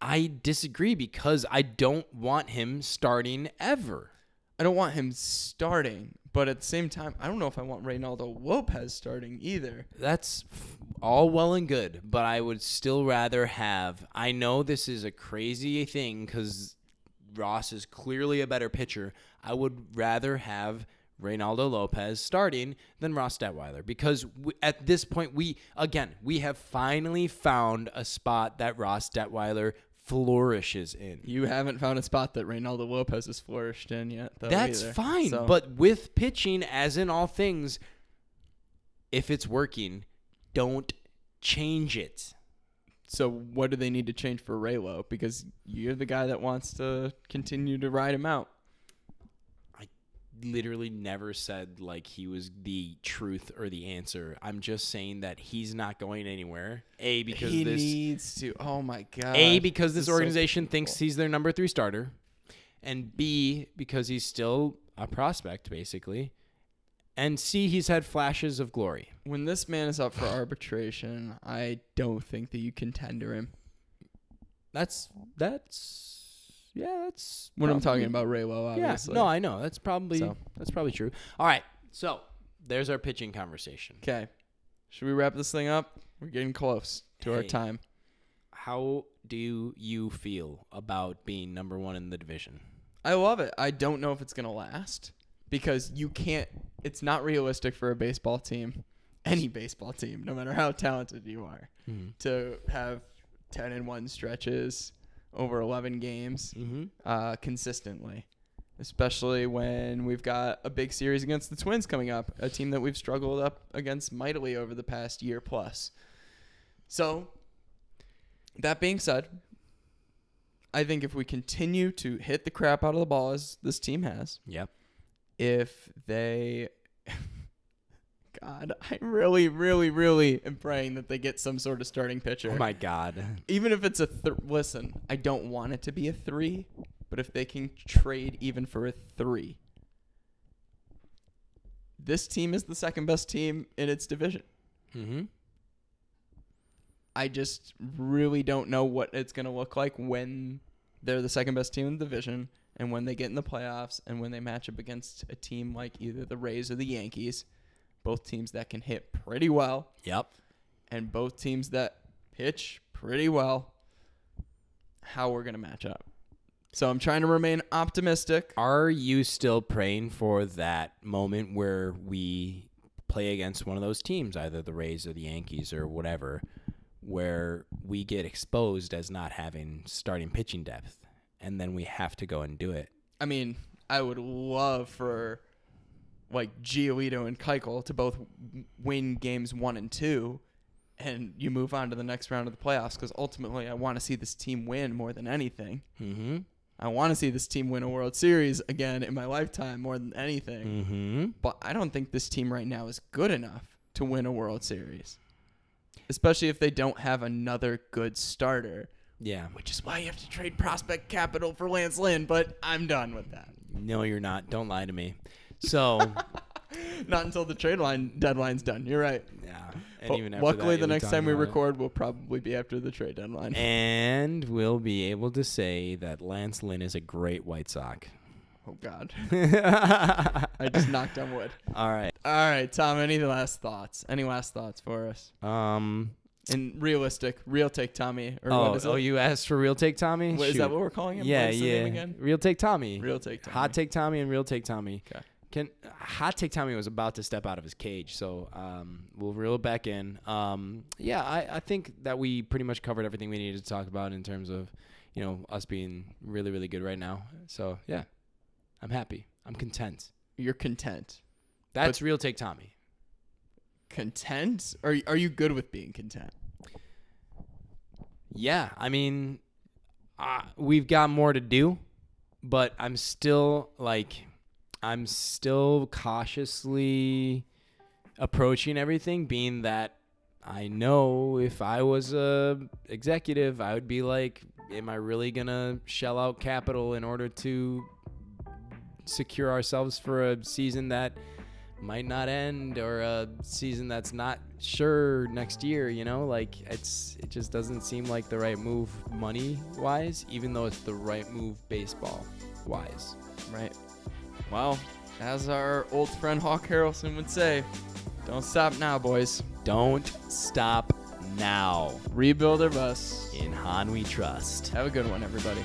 [SPEAKER 3] I disagree because I don't want him starting ever.
[SPEAKER 2] I don't want him starting, but at the same time, I don't know if I want Reynaldo Lopez starting either.
[SPEAKER 3] That's f- all well and good, but I would still rather have. I know this is a crazy thing because Ross is clearly a better pitcher. I would rather have Reynaldo Lopez starting than Ross Detweiler because w at this point, we, again, we have finally found a spot that Ross Detweiler flourishes in.
[SPEAKER 2] You haven't found a spot that Reynaldo Lopez has flourished in yet, though.
[SPEAKER 3] That's
[SPEAKER 2] either.
[SPEAKER 3] fine,
[SPEAKER 2] So-
[SPEAKER 3] but with pitching, as in all things, if it's working, don't change it.
[SPEAKER 2] so what do they need to change for Raylo? Because you're the guy that wants to continue to ride him out.
[SPEAKER 3] literally never said like he was the truth or the answer. I'm just saying that he's not going anywhere. A because
[SPEAKER 2] he
[SPEAKER 3] this
[SPEAKER 2] needs to. Oh my god.
[SPEAKER 3] A because this
[SPEAKER 2] is so
[SPEAKER 3] organization thinks
[SPEAKER 2] painful.
[SPEAKER 3] he's their number 3 starter and B because he's still a prospect basically. And C he's had flashes of glory.
[SPEAKER 2] when this man is up for arbitration, I don't think that you can tender him.
[SPEAKER 3] That's that's yeah, that's
[SPEAKER 2] When I'm
[SPEAKER 3] probably-
[SPEAKER 2] talking about Raylo, obviously.
[SPEAKER 3] Yeah, no, I know. That's probably
[SPEAKER 2] So.
[SPEAKER 3] that's probably true. All right. So, there's our pitching conversation.
[SPEAKER 2] Okay. Should we wrap this thing up? We're getting close to our
[SPEAKER 3] Hey.
[SPEAKER 2] time.
[SPEAKER 3] how do you feel about being number one in the division?
[SPEAKER 2] I love it. I don't know if it's gonna last because you can't. It's not realistic for a baseball team, [laughs] any baseball team, no matter how talented you are, to have ten and one stretches over eleven games
[SPEAKER 3] Mm-hmm.
[SPEAKER 2] uh, consistently. Especially when we've got a big series against the Twins coming up, a team that we've struggled up against mightily over the past year plus. So, that being said, I think if we continue to hit the crap out of the ball as this team has,
[SPEAKER 3] Yep.
[SPEAKER 2] if they [laughs] God, I really, really, really am praying that they get some sort of starting pitcher.
[SPEAKER 3] Oh my God.
[SPEAKER 2] Even if it's a th- listen, I don't want it to be a three, but if they can trade even for a three, this team is the second best team in its division.
[SPEAKER 3] Mm-hmm.
[SPEAKER 2] I just really don't know what it's going to look like when they're the second best team in the division and when they get in the playoffs and when they match up against a team like either the Rays or the Yankees, both teams that can hit pretty well
[SPEAKER 3] Yep.
[SPEAKER 2] and both teams that pitch pretty well, how we're going to match up. So I'm trying to remain optimistic.
[SPEAKER 3] Are you still praying for that moment where we play against one of those teams, either the Rays or the Yankees or whatever, where we get exposed as not having starting pitching depth and then we have to go and do it?
[SPEAKER 2] I mean, I would love for like Giolito and Keuchel to both w- win games one and two, and you move on to the next round of the playoffs. Because ultimately, I want to see this team win more than anything.
[SPEAKER 3] Mm-hmm.
[SPEAKER 2] I want to see this team win a World Series again in my lifetime more than anything.
[SPEAKER 3] Mm-hmm.
[SPEAKER 2] But I don't think this team right now is good enough to win a World Series, especially if they don't have another good starter.
[SPEAKER 3] Yeah.
[SPEAKER 2] Which is why you have to trade prospect capital for Lance Lynn. But I'm done with that.
[SPEAKER 3] No, you're not. Don't lie to me.
[SPEAKER 2] [laughs]
[SPEAKER 3] So,
[SPEAKER 2] Not until the trade line deadline's done. You're right.
[SPEAKER 3] yeah.
[SPEAKER 2] But
[SPEAKER 3] And even after
[SPEAKER 2] luckily,
[SPEAKER 3] that,
[SPEAKER 2] the
[SPEAKER 3] we
[SPEAKER 2] next
[SPEAKER 3] talked
[SPEAKER 2] time we
[SPEAKER 3] about it.
[SPEAKER 2] record will probably be after the trade deadline.
[SPEAKER 3] And we'll be able to say that Lance Lynn is a great White Sox. [laughs]
[SPEAKER 2] oh God,
[SPEAKER 3] All
[SPEAKER 2] I
[SPEAKER 3] [laughs]
[SPEAKER 2] just knocked on wood.
[SPEAKER 3] right.
[SPEAKER 2] All right, Tom. Any last thoughts? Any last thoughts for us?
[SPEAKER 3] Um.
[SPEAKER 2] And realistic, real take, Tommy. Or
[SPEAKER 3] Oh,
[SPEAKER 2] what is it?
[SPEAKER 3] oh, you asked for real take Tommy.
[SPEAKER 2] What- is
[SPEAKER 3] Shoot.
[SPEAKER 2] that what we're calling him?
[SPEAKER 3] yeah,
[SPEAKER 2] What is the
[SPEAKER 3] yeah.
[SPEAKER 2] name again?
[SPEAKER 3] Real take Tommy.
[SPEAKER 2] Real take, Tommy.
[SPEAKER 3] Hot take Tommy and real take Tommy.
[SPEAKER 2] 'Kay.
[SPEAKER 3] Can hot take Tommy was about to step out of his cage, so um, we'll reel it back in. Um, yeah, I, I think that we pretty much covered everything we needed to talk about in terms of, you know, us being really really good right now. So yeah, I'm happy. I'm content.
[SPEAKER 2] You're content.
[SPEAKER 3] That's real take Tommy.
[SPEAKER 2] Content? Are are you good with being content?
[SPEAKER 3] Yeah, I mean, uh, we've got more to do, but I'm still like, I'm still cautiously approaching everything, being that I know if I was a executive, I would be like, am I really gonna shell out capital in order to secure ourselves for a season that might not end or a season that's not sure next year you know like it's it just doesn't seem like the right move money wise even though it's the right move baseball wise
[SPEAKER 2] Right. Well, as our old friend Hawk Harrelson would say, don't stop now, boys.
[SPEAKER 3] don't stop now
[SPEAKER 2] Rebuild or bust.
[SPEAKER 3] in han we trust
[SPEAKER 2] Have a good one, everybody.